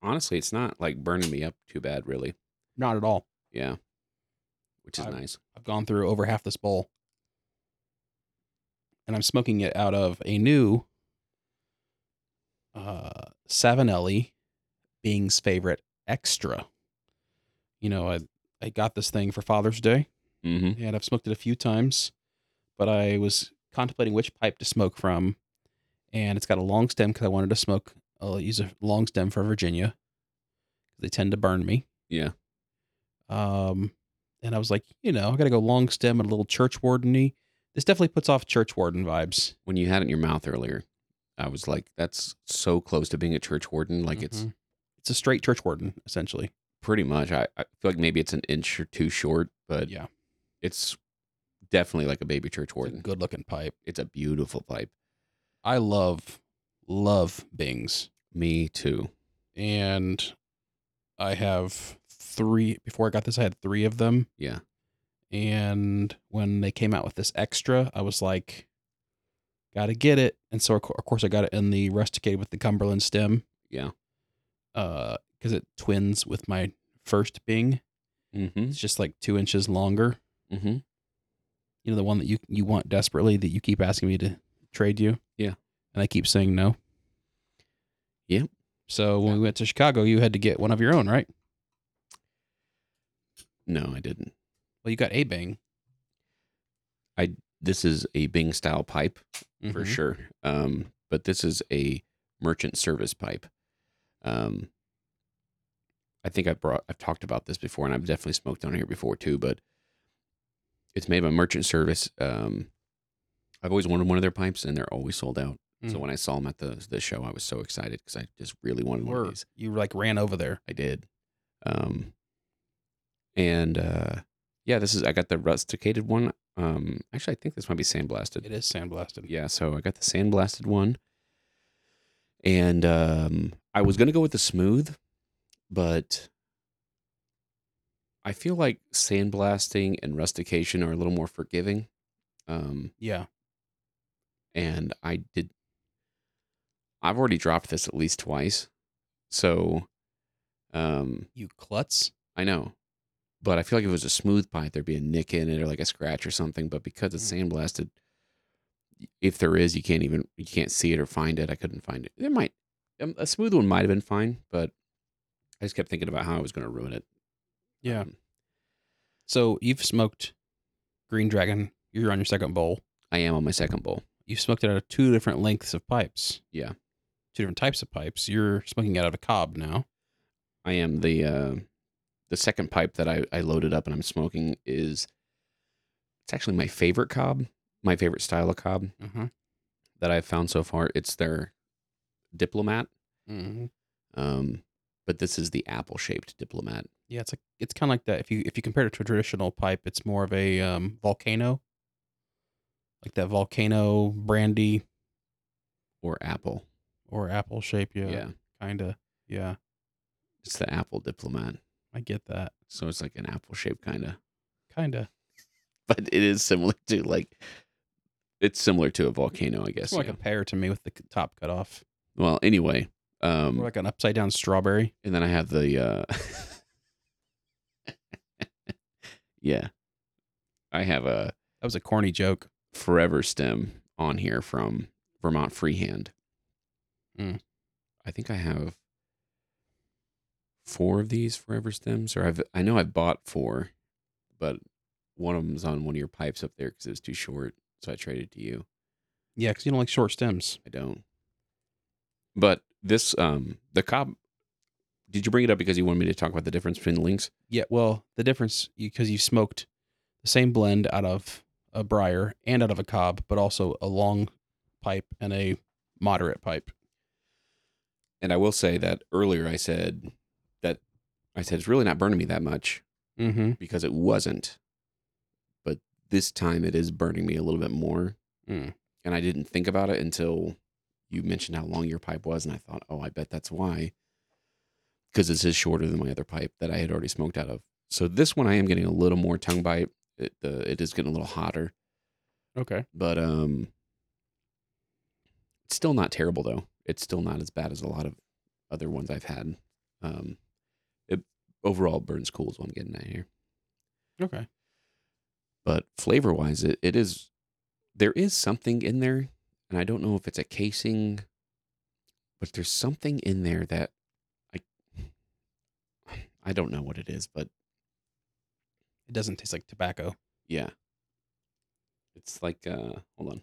S1: Honestly, it's not like burning me up too bad really.
S2: Not at all.
S1: Yeah. Which is
S2: I-
S1: nice.
S2: I've gone through over half this bowl. And I'm smoking it out of a new uh Savinelli Bing's favorite extra. You know, I I got this thing for Father's Day
S1: Mhm.
S2: and I've smoked it a few times, but I was contemplating which pipe to smoke from. And it's got a long stem because I wanted to smoke. I'll use a long stem for Virginia. They tend to burn me.
S1: Yeah.
S2: Um, and I was like, you know, I got to go long stem and a little churchwardeny. This definitely puts off churchwarden vibes.
S1: When you had it in your mouth earlier, I was like that's so close to being a church warden like it's
S2: Mhm. it's a straight churchwarden essentially.
S1: pretty much I, I feel like maybe it's an inch or two short, but
S2: yeah,
S1: it's definitely like a baby church
S2: it's a
S1: warden.
S2: good looking pipe.
S1: it's a beautiful pipe.
S2: I love, love Bings,
S1: Me too.
S2: and I have three. Before I got this, I had three of them.
S1: Yeah.
S2: and when they came out with this extra, I was like, "Gotta get it!" And so, of cour- of course, I got it in the rusticated with the Cumberland stem.
S1: Yeah.
S2: because it twins with my first Bing.
S1: Mm-hmm.
S2: It's just like two inches longer,
S1: Mm-hmm.
S2: you know, the one that you you want desperately that you keep asking me to trade you.
S1: Yeah.
S2: And I keep saying no.
S1: Yep.
S2: So when we went to Chicago, you had to get one of your own, right?
S1: No, I didn't.
S2: Well, you got a bang
S1: This is a Bing style pipe
S2: Mm-hmm.
S1: for sure. Um, but this is a merchant service pipe. Um, I think I brought I've talked about this before, and I've definitely smoked on here before too. But it's made by Merchant Service. Um, I've always wanted one of their pipes, and they're always sold out. So
S2: Mm.
S1: when I saw them at the the show, I was so excited because I just really wanted one of
S2: Or
S1: these.
S2: you like ran over there.
S1: I did. Um, and uh, yeah, this is I got the rusticated one. Um, actually, I think this might be sandblasted.
S2: It is sandblasted.
S1: Yeah, so I got the sandblasted one. And um I was gonna go with the smooth, but I feel like sandblasting and rustication are a little more forgiving. Um,
S2: Yeah.
S1: and I did I've already dropped this at least twice. So um
S2: You klutz.
S1: I know. But I feel like if it was a smooth pipe, there'd be a nick in it or like a scratch or something. But because it's sandblasted, if there is, you can't even you can't see it or find it. I couldn't find it. There might um, a smooth one might have been fine, but I just kept thinking about how I was going to ruin it.
S2: Yeah.
S1: Um,
S2: So you've smoked Green Dragon. You're on your second bowl.
S1: I am on my second bowl.
S2: You've smoked it out of two different lengths of pipes.
S1: Yeah.
S2: Two different types of pipes. You're smoking out of a cob now.
S1: I am the uh, the second pipe that I, I loaded up and I'm smoking is it's actually my favorite cob, my favorite style of cob
S2: Uh-huh.
S1: that I've found so far. It's their diplomat.
S2: Mm-hmm.
S1: Um, but this is the apple shaped diplomat.
S2: Yeah, it's like it's kind of like that. If you if you compare it to a traditional pipe, it's more of a um, volcano, like that volcano brandy
S1: or apple.
S2: or apple shape. Yeah,
S1: Yeah.
S2: kind of. Yeah,
S1: It's the apple diplomat.
S2: I get that.
S1: So it's like an apple shape kind of.
S2: Kind of.
S1: But it is similar to like it's similar to a volcano, I guess.
S2: It's more
S1: yeah.
S2: like a pear to me with the c- top cut off,
S1: well, anyway. Um
S2: or like an upside down strawberry.
S1: and then I have the uh Yeah. I have a
S2: That was a corny joke.
S1: forever stem on here from Vermont Freehand.
S2: Mm.
S1: I think I have four of these forever stems, or I've I know I bought four, but one of them's on one of your pipes up there because it was too short, so I traded to you.
S2: Yeah, because you don't like short stems.
S1: I don't. But this um the cob. Did you bring it up because you wanted me to talk about the difference between links?
S2: Yeah, well, the difference because you smoked the same blend out of a briar and out of a cob, but also a long pipe and a moderate pipe.
S1: And I will say that earlier I said that I said it's really not burning me that much.
S2: Mm-hmm.
S1: because it wasn't. But this time it is burning me a little bit more.
S2: Mm.
S1: And I didn't think about it until you mentioned how long your pipe was. And I thought, oh, I bet that's why. Because this is shorter than my other pipe that I had already smoked out of. So this one I am getting a little more tongue bite. It, the, it is getting a little hotter,
S2: Okay.
S1: but um, it's still not terrible though. It's still not as bad as a lot of other ones I've had. Um, it overall burns cool is what I'm getting at here.
S2: Okay.
S1: but flavor wise it, it is there is something in there and i don't know if it's a casing but there's something in there that i i don't know what it is but
S2: It doesn't taste like tobacco.
S1: yeah it's like uh hold on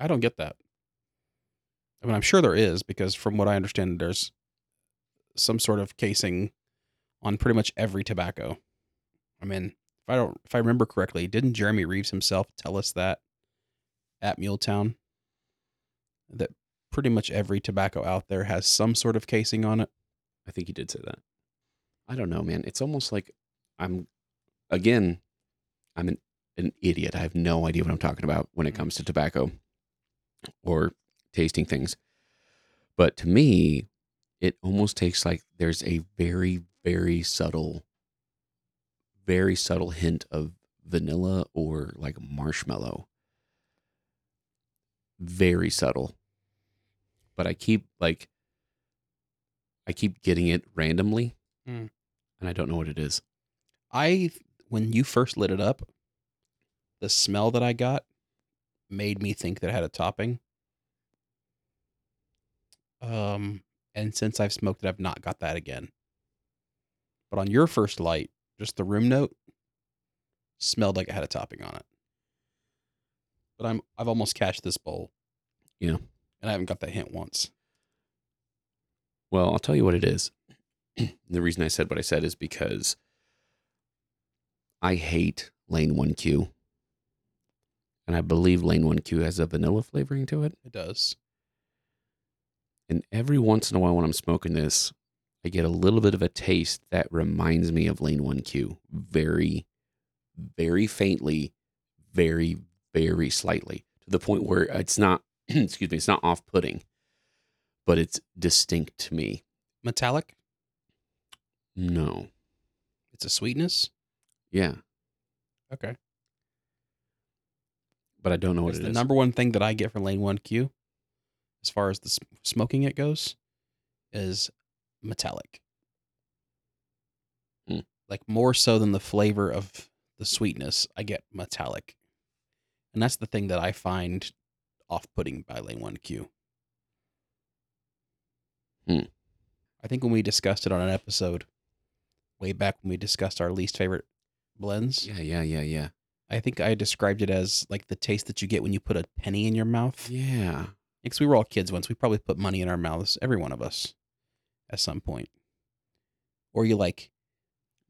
S2: I don't get that. I mean, I'm sure there is because from what I understand, there's some sort of casing on pretty much every tobacco. I mean, if I don't, if I remember correctly, didn't Jeremy Reeves himself tell us that at Muletown that pretty much every tobacco out there has some sort of casing on it?
S1: i think you did say that i don't know man it's almost like i'm again i'm an, an idiot i have no idea what i'm talking about when it comes to tobacco or tasting things but to me it almost tastes like there's a very very subtle very subtle hint of vanilla or like marshmallow very subtle but i keep like i keep getting it randomly
S2: Mm.
S1: and i don't know what it is
S2: I when you first lit it up, the smell that I got made me think that it had a topping. Um, and since I've smoked it, I've not got that again. But on your first light, just the room note smelled like it had a topping on it. But I'm I've almost cashed this bowl.
S1: Yeah.
S2: And I haven't got that hint once.
S1: Well, I'll tell you what it is. the reason I said what I said is because I hate Lane 1Q. And I believe Lane 1Q has a vanilla flavoring to it.
S2: It does.
S1: And every once in a while when I'm smoking this, I get a little bit of a taste that reminds me of Lane 1Q very, very faintly, very, very slightly to the point where it's not, excuse me, it's not off putting, but it's distinct to me.
S2: Metallic.
S1: No.
S2: It's a sweetness.
S1: Yeah.
S2: Okay.
S1: But I don't know what
S2: It's
S1: it
S2: the
S1: is.
S2: number one thing that I get for lane one Q, as far as the s- smoking it goes, is metallic.
S1: Hmm.
S2: Like more so than the flavor of the sweetness, I get metallic, and that's the thing that I find off-putting by lane one Q. I
S1: Hmm.
S2: think when we discussed it on an episode way back when we discussed our least favorite blends,
S1: Yeah, yeah, yeah, yeah.
S2: I think I described it as like the taste that you get when you put a penny in your mouth.
S1: Yeah.
S2: Because we were all kids once. We probably put money in our mouths, every one of us, at some point. Or you like,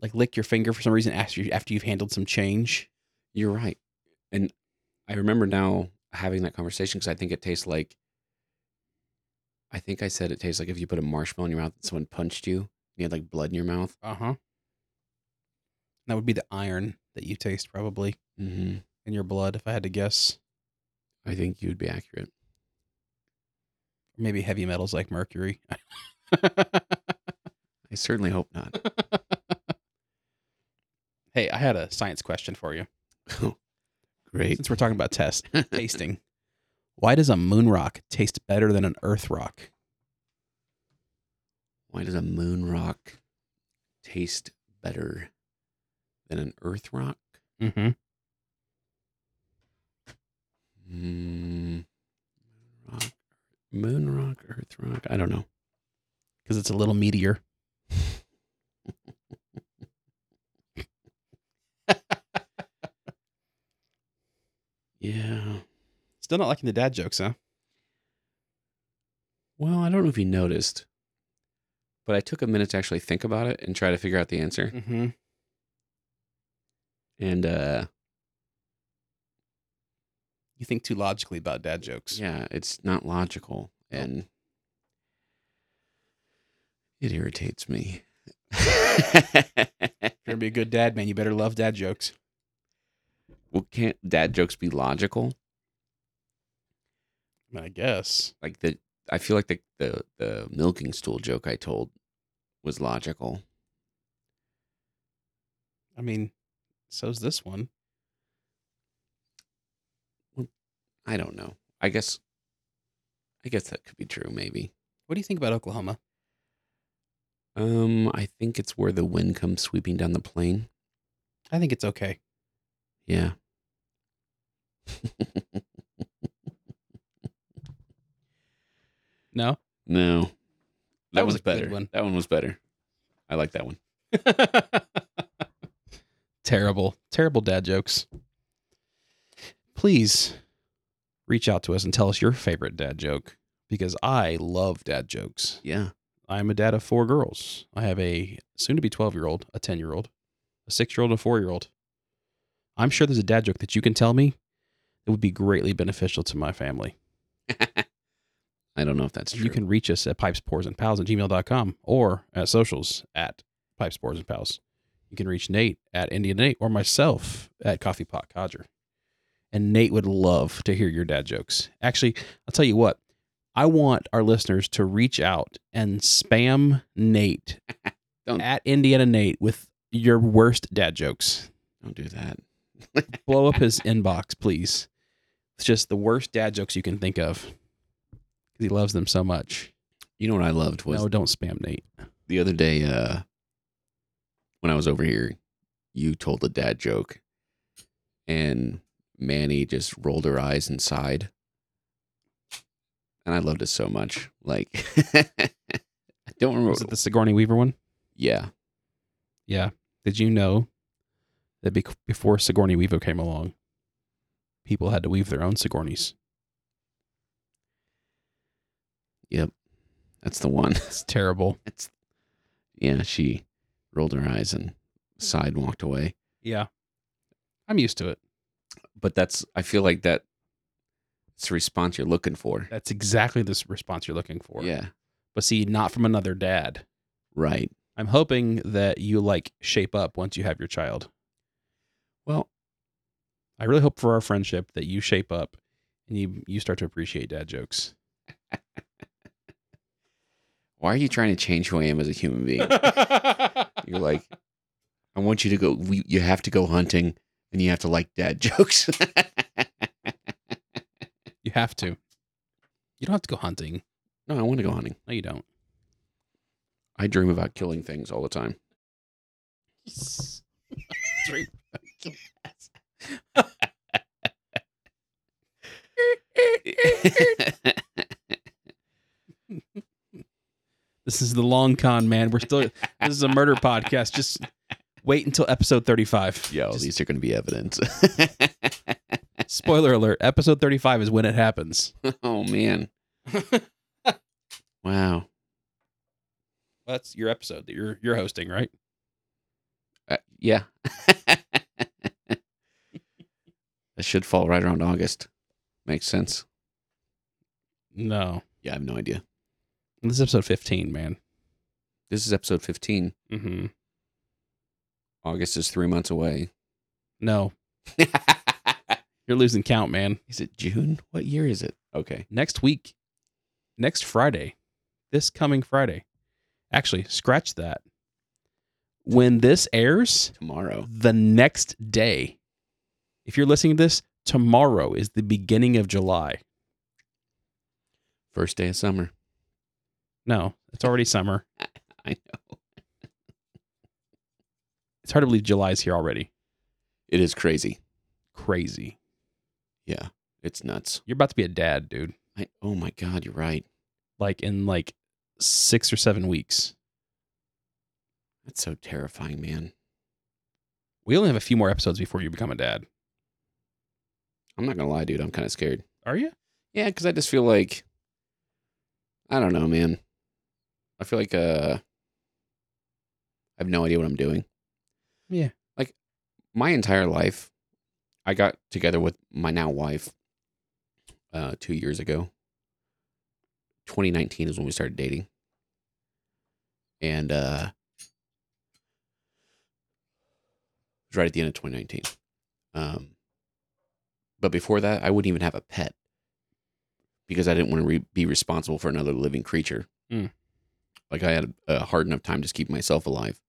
S2: like lick your finger for some reason after you, after you've handled some change.
S1: You're right. And I remember now having that conversation because I think it tastes like I think I said it tastes like if you put a marshmallow in your mouth and someone punched you and you had like blood in your mouth.
S2: Uh huh. That would be the iron that you taste probably
S1: Mm-hmm.
S2: in your blood, if I had to guess.
S1: I think you'd be accurate.
S2: Maybe heavy metals like mercury.
S1: I certainly hope not.
S2: hey, I had a science question for you.
S1: Great.
S2: Since we're talking about tests. tasting. Why does a moon rock taste better than an earth rock?
S1: Why does a moon rock taste better than an earth rock?
S2: Mm-hmm.
S1: Mm, rock, moon rock, earth rock. I don't know.
S2: Because it's a little meteor.
S1: Yeah.
S2: Still not liking the dad jokes, huh?
S1: Well, I don't know if you noticed, but I took a minute to actually think about it and try to figure out the answer.
S2: Mm-hmm.
S1: And uh
S2: You think too logically about dad jokes.
S1: yeah, it's not logical and it irritates me.
S2: If you're gonna be a good dad, man, you better love dad jokes.
S1: well, can't dad jokes be logical?
S2: I, mean, I guess.
S1: Like the I feel like the the, the milking stool joke I told was logical.
S2: I mean, so's this one.
S1: I don't know. I guess I guess that could be true maybe.
S2: What do you think about Oklahoma?
S1: Um I think it's where the wind comes sweeping down the plain.
S2: I think it's okay.
S1: Yeah.
S2: No?
S1: No. That,
S2: That was
S1: was,
S2: a good
S1: better.
S2: one.
S1: That one was better. I like that one.
S2: Terrible. Terrible dad jokes. Please reach out to us and tell us your favorite dad joke because I love dad jokes.
S1: Yeah.
S2: I'm a dad of four girls. I have a soon to be 12 year old, a 10 year old, a six year old, and a four year old. I'm sure there's a dad joke that you can tell me that would be greatly beneficial to my family.
S1: I don't know if that's true.
S2: You can reach us at pipes, pores, and pals at gmail.com or at socials at pipes, pores, and pals. You can reach Nate at Indian Nate or myself at Coffee Pot Codger. And Nate would love to hear your dad jokes. Actually, I'll tell you what, I want our listeners to reach out and spam Nate
S1: Don't.
S2: at Indiana Nate with your worst dad jokes.
S1: don't do that.
S2: Blow up his inbox, please. It's just the worst dad jokes you can think of because he loves them so much.
S1: You know what I loved was
S2: No, don't spam Nate.
S1: the other day uh when I was over here, you told a dad joke and Manny just rolled her eyes and sighed. And I loved it so much. Like, I don't remember.
S2: Was
S1: What
S2: it
S1: it,
S2: the Sigourney Weaver one?
S1: yeah.
S2: Yeah. Did you know that bec- before Sigourney Weaver came along, people had to weave their own Sigourneys?
S1: That's the one.
S2: It's terrible.
S1: That's, yeah. She rolled her eyes and sighed and walked away.
S2: Yeah. I'm used to it.
S1: but that's I feel like that it's the response you're looking for.
S2: That's exactly the s- response you're looking for.
S1: Yeah.
S2: But see, not from another dad.
S1: Right.
S2: I'm hoping that you like shape up once you have your child.
S1: Well,
S2: I really hope for our friendship that you shape up and you you start to appreciate dad jokes.
S1: why are you trying to change who I am as a human being? You're like, I want you to go. We, you have to go hunting, and you have to like dad jokes.
S2: you have to. You don't have to go hunting.
S1: no, I want to go hunting.
S2: No, you don't.
S1: I dream about killing things all the time.
S2: This is the long con, man. We're still this is a murder podcast. Just wait until episode 35.
S1: Yo,
S2: Just-
S1: these are going to be evidence.
S2: spoiler alert. Episode 35 is when it happens.
S1: oh man! Wow.
S2: That's your episode that you're you're hosting, right?
S1: Uh, yeah. that should fall right around August. Makes sense.
S2: No.
S1: Yeah, I have no idea.
S2: This is episode 15, man.
S1: This is episode 15. Mm-hmm.
S2: Mhm.
S1: August is three months away.
S2: No.
S1: is
S2: You're losing count, man.
S1: it June? What year is it? Okay.
S2: next week, next Friday, this coming Friday. Actually, scratch that. When this airs,
S1: Tomorrow.
S2: the next day, if you're listening to this, tomorrow is the beginning of July.
S1: First day of summer.
S2: No, it's already summer.
S1: I know.
S2: It's hard to believe July's here already.
S1: It is crazy.
S2: Crazy.
S1: Yeah. It's nuts.
S2: You're about to be a dad, dude.
S1: I, oh my God, you're right.
S2: Like in like six or seven weeks.
S1: That's so terrifying, man.
S2: We only have a few more episodes before you become a dad.
S1: I'm not going to lie, dude. I'm kind of scared.
S2: Are you?
S1: Yeah, because I just feel like I don't know, man. I feel like uh I have no idea what I'm doing.
S2: Yeah.
S1: Like my entire life, I got together with my now wife uh two years ago. 2019 is when we started dating. And uh it was right at the end of 2019. Um but before that, I wouldn't even have a pet because I didn't want to re- be responsible for another living creature.
S2: Mm.
S1: Like I had a, a hard enough time just keeping myself alive.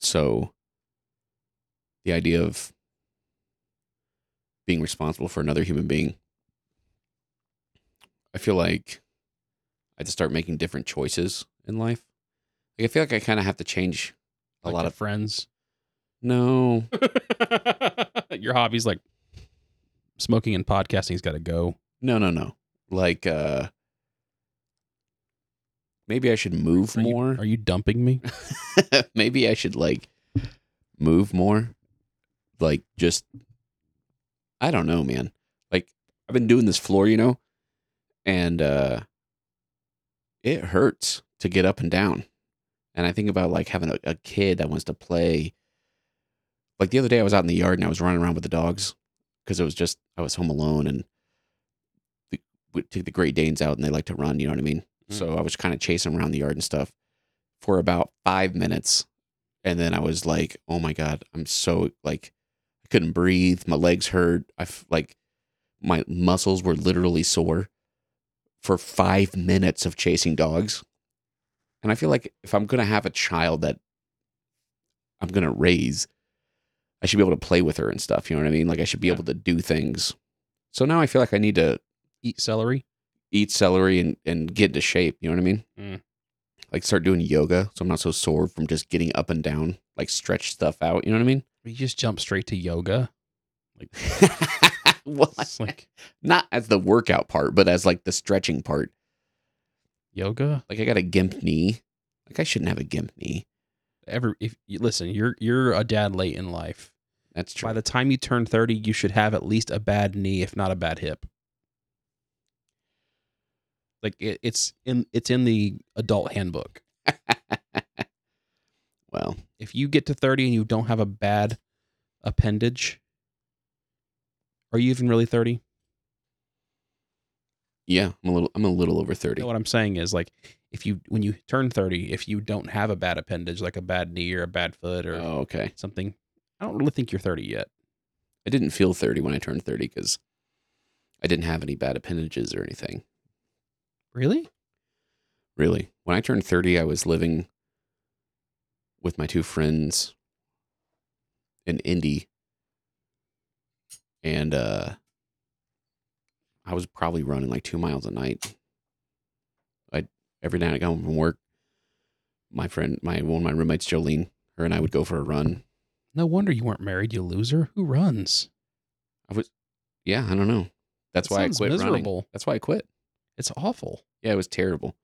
S1: So the idea of being responsible for another human being, I feel like I have to start making different choices in life. Like I feel like I kind of have to change a
S2: Like
S1: lot
S2: your
S1: of
S2: friends.
S1: no.
S2: your hobbies like smoking and podcasting's got to go.
S1: No, no, no. Like uh maybe I should move
S2: Are you-
S1: more.
S2: are you dumping me?
S1: maybe I should like move more. Like just I don't know, man. Like I've been doing this floor, you know, and uh it hurts to get up and down. And I think about like having a, a kid that wants to play. Like the other day I was out in the yard and I was running around with the dogs because it was just I was home alone and the, we took the Great Danes out and they like to run, you know what I mean?
S2: Mm.
S1: So I was kind of chasing 'em around the yard and stuff for about five minutes. And then I was like, oh my God, I'm so like, I couldn't breathe. My legs hurt. I f- like, my muscles were literally sore for five minutes of chasing dogs. And I feel like if I'm going to have a child that I'm going to raise, I should be able to play with her and stuff. You know what I mean? Like, I should be
S2: Yeah.
S1: able to do things. So now I feel like I need to
S2: Eat celery.
S1: eat celery and, and get into shape. You know what I mean?
S2: Mm.
S1: Like start doing yoga so I'm not so sore from just getting up and down, like stretch stuff out. You know what I mean?
S2: You just jump straight to yoga. Like
S1: well,
S2: it's like
S1: not as the workout part, but as like the stretching part.
S2: yoga.
S1: Like I got a gimp knee. Like I shouldn't have a gimp knee.
S2: Every if you listen, you're you're a dad late in life.
S1: That's true.
S2: By the time you turn 30, you should have at least a bad knee, if not a bad hip. Like it, it's in it's in the adult handbook.
S1: well,
S2: If you get to 30 and you don't have a bad appendage, are you even really 30?
S1: yeah, I'm a little. I'm a little over thirty.
S2: You know what I'm saying is like if you when you turn 30, if you don't have a bad appendage, like a bad knee or a bad foot or
S1: Oh, okay.
S2: something, I don't really think you're 30 yet.
S1: I didn't feel thirty when I turned thirty because I didn't have any bad appendages or anything.
S2: Really?
S1: Really, when I turned thirty, I was living with my two friends in Indy, and uh, I was probably running like two miles a night. I every night I got home from work. My friend, my one of my roommates, Jolene, her and I would go for a run.
S2: No wonder you weren't married, you loser. Who runs?
S1: Yeah, I don't know. That's
S2: That
S1: why I
S2: sounds
S1: quit running.
S2: miserable.
S1: That's why I quit.
S2: It's awful.
S1: Yeah, it was terrible.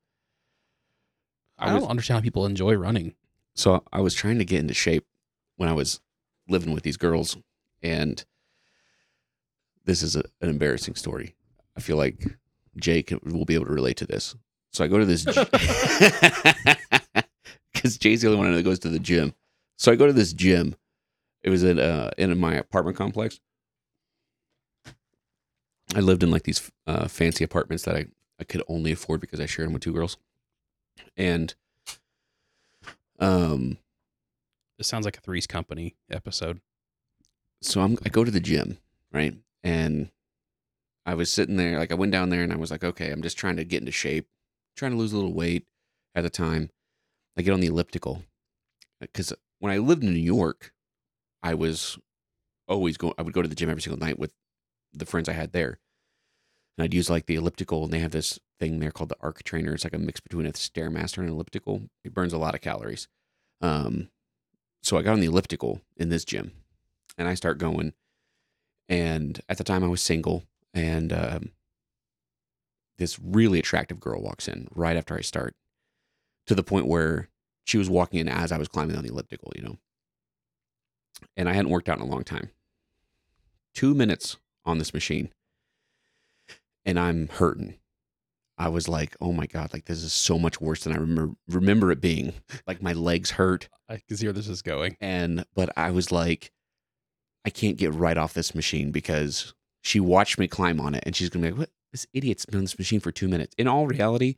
S2: I,
S1: I was-
S2: don't understand how people enjoy running.
S1: So I was trying to get into shape when I was living with these girls, and this is a, an embarrassing story. I feel like Jake will be able to relate to this. So I go to this because Jay's the only one I know that goes to the gym. So I go to this gym. It was in uh, in my apartment complex. I lived in like these uh, fancy apartments that I, I could only afford because I shared them with two girls, and um,
S2: This sounds like a Three's Company episode.
S1: so I'm I go to the gym, right? And I was sitting there, like I went down there and I was like, okay, I'm just trying to get into shape, trying to lose a little weight at the time. I get on the elliptical. uh, Cause when I lived in New York, I was always going I would go to the gym every single night with the friends I had there. And I'd use like the elliptical and they have this thing there called the arc trainer. It's like a mix between a stairmaster and an elliptical. It burns a lot of calories. Um so I got on the elliptical in this gym and I start going. And at the time, I was single, and um, this really attractive girl walks in right after I start, to the point where she was walking in as I was climbing on the elliptical, you know. And I hadn't worked out in a long time. Two minutes on this machine, and I'm hurting. I was like, "Oh my god! Like this is so much worse than I remember remember it being. Like my legs hurt,
S2: I can see where this is going.
S1: and but I was like, I can't get right off this machine because she watched me climb on it, and she's gonna be like, "What? This idiot's been on this machine for two minutes." In all reality,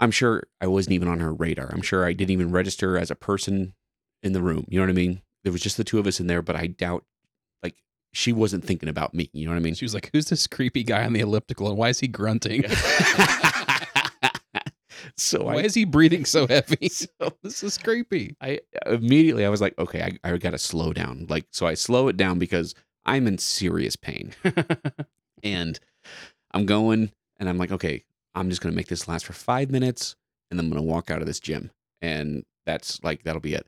S1: I'm sure I wasn't even on her radar. I'm sure I didn't even register as a person in the room. You know what I mean? There was just the two of us in there, but I doubt, like, she wasn't thinking about me. You know what I mean?
S2: She was like, "Who's this creepy guy on the elliptical, and why is he grunting?
S1: so
S2: why
S1: I
S2: is he breathing so heavy? this is creepy."
S1: I immediately I was like, okay, I, I gotta slow down. Like, so I slow it down because I'm in serious pain. and I'm going and I'm like, okay, I'm just gonna make this last for five minutes and then I'm gonna walk out of this gym. And that's like that'll be it.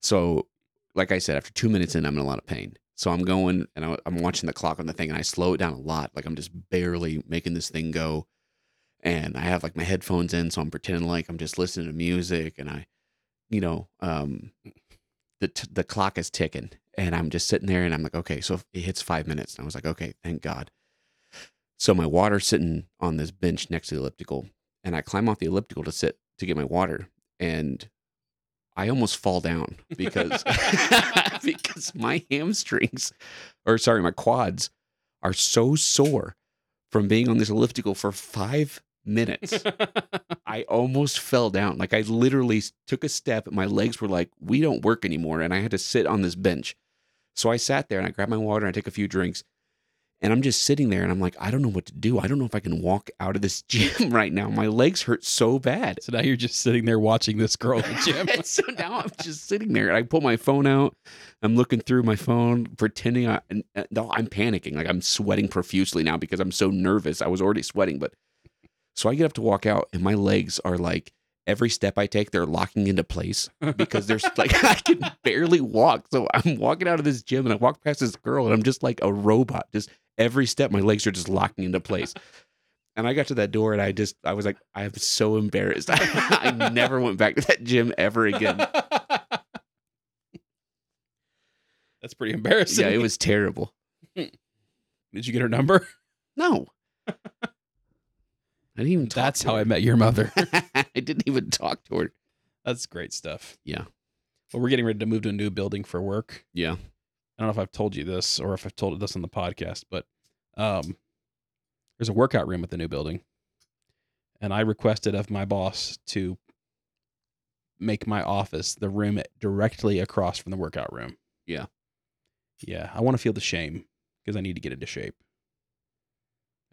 S1: So, like I said, after two minutes in, I'm in a lot of pain. So I'm going and I, I'm watching the clock on the thing and I slow it down a lot. Like I'm just barely making this thing go. And I have like my headphones in, so I'm pretending like I'm just listening to music and I you know, um, the t- the clock is ticking, and I'm just sitting there, and I'm like, okay, so it hits five minutes, and I was like, okay, thank God. So my water's sitting on this bench next to the elliptical, and I climb off the elliptical to sit to get my water, and I almost fall down because because my hamstrings, or sorry, my quads, are so sore from being on this elliptical for five minutes. I almost fell down. Like I literally s- took a step and my legs were like, we don't work anymore. And I had to sit on this bench. So I sat there and I grabbed my water and I took a few drinks. And I'm just sitting there and I'm like, I don't know what to do. I don't know if I can walk out of this gym right now. My legs hurt so bad.
S2: so now you're just sitting there watching this girl in the gym.
S1: And so now I'm just sitting there and I pull my phone out. I'm looking through my phone, pretending I, and, and, no, I'm panicking. Like I'm sweating profusely now because I'm so nervous. I was already sweating, but so I get up to walk out and my legs are like every step I take, they're locking into place because there's like I can barely walk. So I'm walking out of this gym and I walk past this girl and I'm just like a robot. Just every step, my legs are just locking into place. And I got to that door and I just I was like, I'm so embarrassed. I never went back to that gym ever again.
S2: That's pretty embarrassing.
S1: Yeah, it was terrible.
S2: Did you get her number?
S1: No. I didn't even talk
S2: That's
S1: to
S2: how I
S1: her.
S2: met your mother.
S1: I didn't even talk to her.
S2: That's great stuff.
S1: Yeah.
S2: Well, we're getting ready to move to a new building for work.
S1: Yeah.
S2: I don't know if I've told you this or if I've told this on the podcast, but um, there's a workout room at the new building, and I requested of my boss to make my office the room directly across from the workout room.
S1: Yeah.
S2: Yeah, I want to feel the shame because I need to get into shape.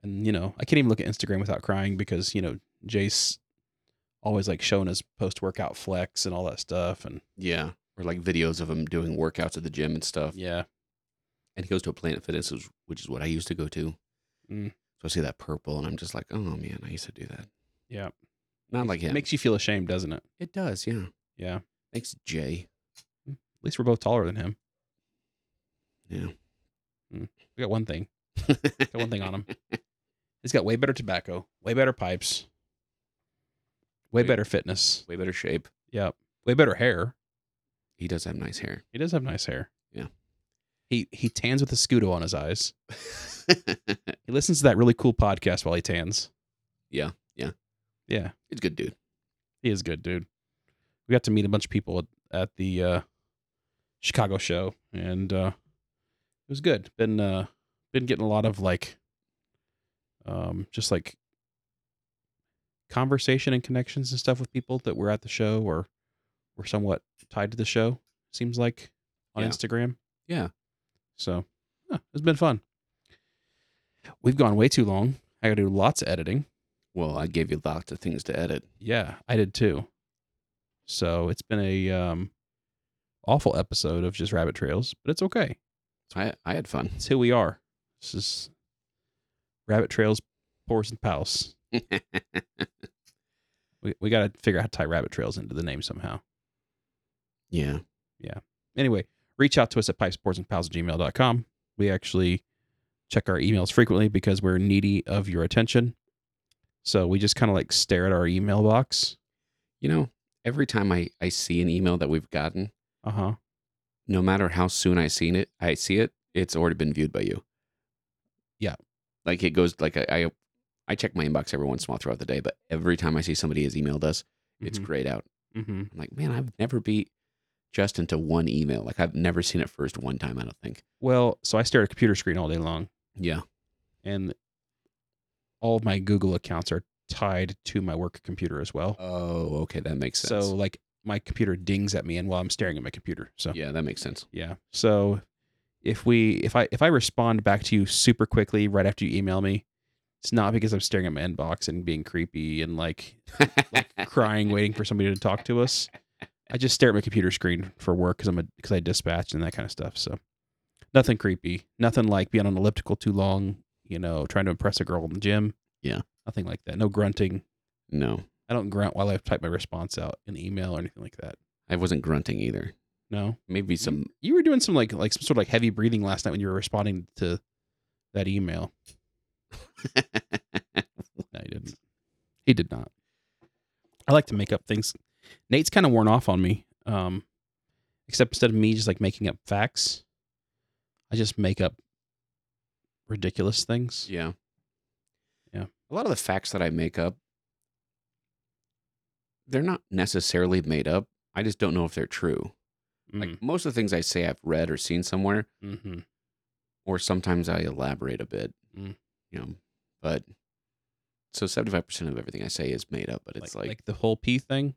S2: And you know, I can't even look at Instagram without crying because you know Jace always like showing his post workout flex and all that stuff, and
S1: Yeah. Or like videos of him doing workouts at the gym and stuff.
S2: yeah,
S1: and he goes to a Planet Fitness, which- which is what I used to go to.
S2: Mm.
S1: So I see that purple, and I'm just like, oh man, I used to do that.
S2: yeah,
S1: Not like him.
S2: it makes you feel ashamed, doesn't it?
S1: it does, yeah.
S2: Yeah.
S1: Thanks, Jay.
S2: At least we're both taller than him. Hmm,
S1: Yeah.
S2: We got one thing. Got one thing on him. He's got way better tobacco, way better pipes, way
S1: Wait.
S2: better fitness.
S1: Way better shape.
S2: Yeah. Way better hair.
S1: He does have nice hair.
S2: He does have nice hair.
S1: Yeah.
S2: He he tans with a scudo on his eyes. He listens to that really cool podcast while he tans.
S1: Yeah, yeah.
S2: Yeah.
S1: He's a good dude.
S2: He is good, dude. We got to meet a bunch of people at, at the uh Chicago show and uh it was good. Been uh been getting a lot of like um just like conversation and connections and stuff with people that were at the show or were somewhat tied to the show, seems like on
S1: Yeah.
S2: Instagram.
S1: Yeah.
S2: So yeah, it's been fun. We've gone way too long. I gotta do lots of editing.
S1: Well, I gave you lots of things to edit.
S2: Yeah, I did too. So it's been a um, awful episode of just rabbit trails, but it's okay.
S1: I, I had fun.
S2: It's who we are. This is rabbit trails, pores and pals. We we got to figure out how to tie rabbit trails into the name somehow.
S1: yeah.
S2: Anyway, reach out to us at pipesportsandpals at gmail.com. We actually check our emails frequently because we're needy of your attention. So we just kind of like stare at our email box.
S1: You know, every time I, I see an email that we've gotten,
S2: Uh huh.
S1: no matter how soon I seen it, I see it, it's already been viewed by you.
S2: Yeah.
S1: Like it goes like I I, I check my inbox every once in a while throughout the day, but every time I see somebody has emailed us, it's grayed out.
S2: mm-hmm.
S1: I'm like, man, I've never beat Justin to one email. Like I've never seen it first one time, I don't think.
S2: Well, so I stare at a computer screen all day long,
S1: Yeah.
S2: and all of my Google accounts are tied to my work computer as well.
S1: Oh, okay. That makes sense.
S2: so, uh like, my computer dings at me, and while I'm staring at my computer, so
S1: yeah, that makes sense.
S2: yeah. So, if we, if I, if I respond back to you super quickly right after you email me, it's not because I'm staring at my inbox and being creepy and like crying, waiting for somebody to talk to us. I just stare at my computer screen for work because I'm a because I dispatch and that kind of stuff. So nothing creepy, nothing like being on an elliptical too long. You know, trying to impress a girl in the gym.
S1: Yeah.
S2: nothing like that. No grunting.
S1: No,
S2: I don't grunt while I type my response out in email or anything like that.
S1: I wasn't grunting either.
S2: No,
S1: Maybe some.
S2: you were doing some like like some sort of like heavy breathing last night when you were responding to that email. No, he didn't. He did not. I like to make up things. Nate's kind of worn off on me. Um, except instead of me just like making up facts, I just make up ridiculous things.
S1: yeah.
S2: Yeah.
S1: A lot of the facts that I make up, they're not necessarily made up. I just don't know if they're true. Like most of the things I say I've read or seen somewhere,
S2: Mm, mm-hmm.
S1: or sometimes I elaborate a bit.
S2: Mm.
S1: You know, but so seventy five percent of everything I say is made up, but it's
S2: like,
S1: like,
S2: like the whole pee thing.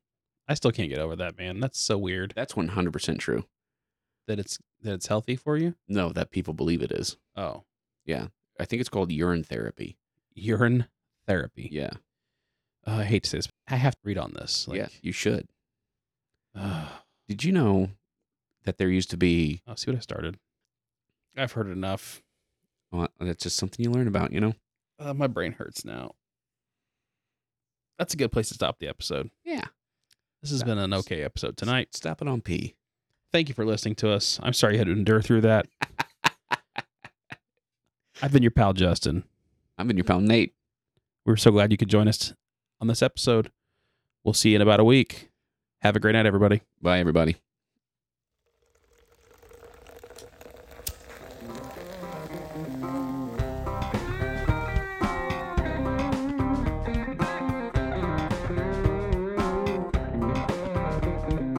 S2: I still can't get over that, man. That's so weird
S1: that's one hundred percent true.
S2: that it's that it's healthy for you.
S1: No, that people believe it is.
S2: Oh,
S1: I think it's called urine therapy.
S2: urine therapy.
S1: Yeah,
S2: Uh, I hate to say this. But I have to read on this. Like,
S1: yeah, you should.
S2: ah.
S1: Did you know that there used to be?
S2: oh, see what I started. I've heard enough.
S1: Well, uh, that's just something you learn about, you know.
S2: Uh, my brain hurts now. That's a good place to stop the episode.
S1: Yeah.
S2: This has been an okay episode tonight.
S1: Stop it on P.
S2: Thank you for listening to us. I'm sorry you had to endure through that. I've been your pal, Justin.
S1: I'm in your pal Nate.
S2: We're so glad you could join us on this episode. We'll see you in about a week. Have a great night, everybody.
S1: Bye, everybody.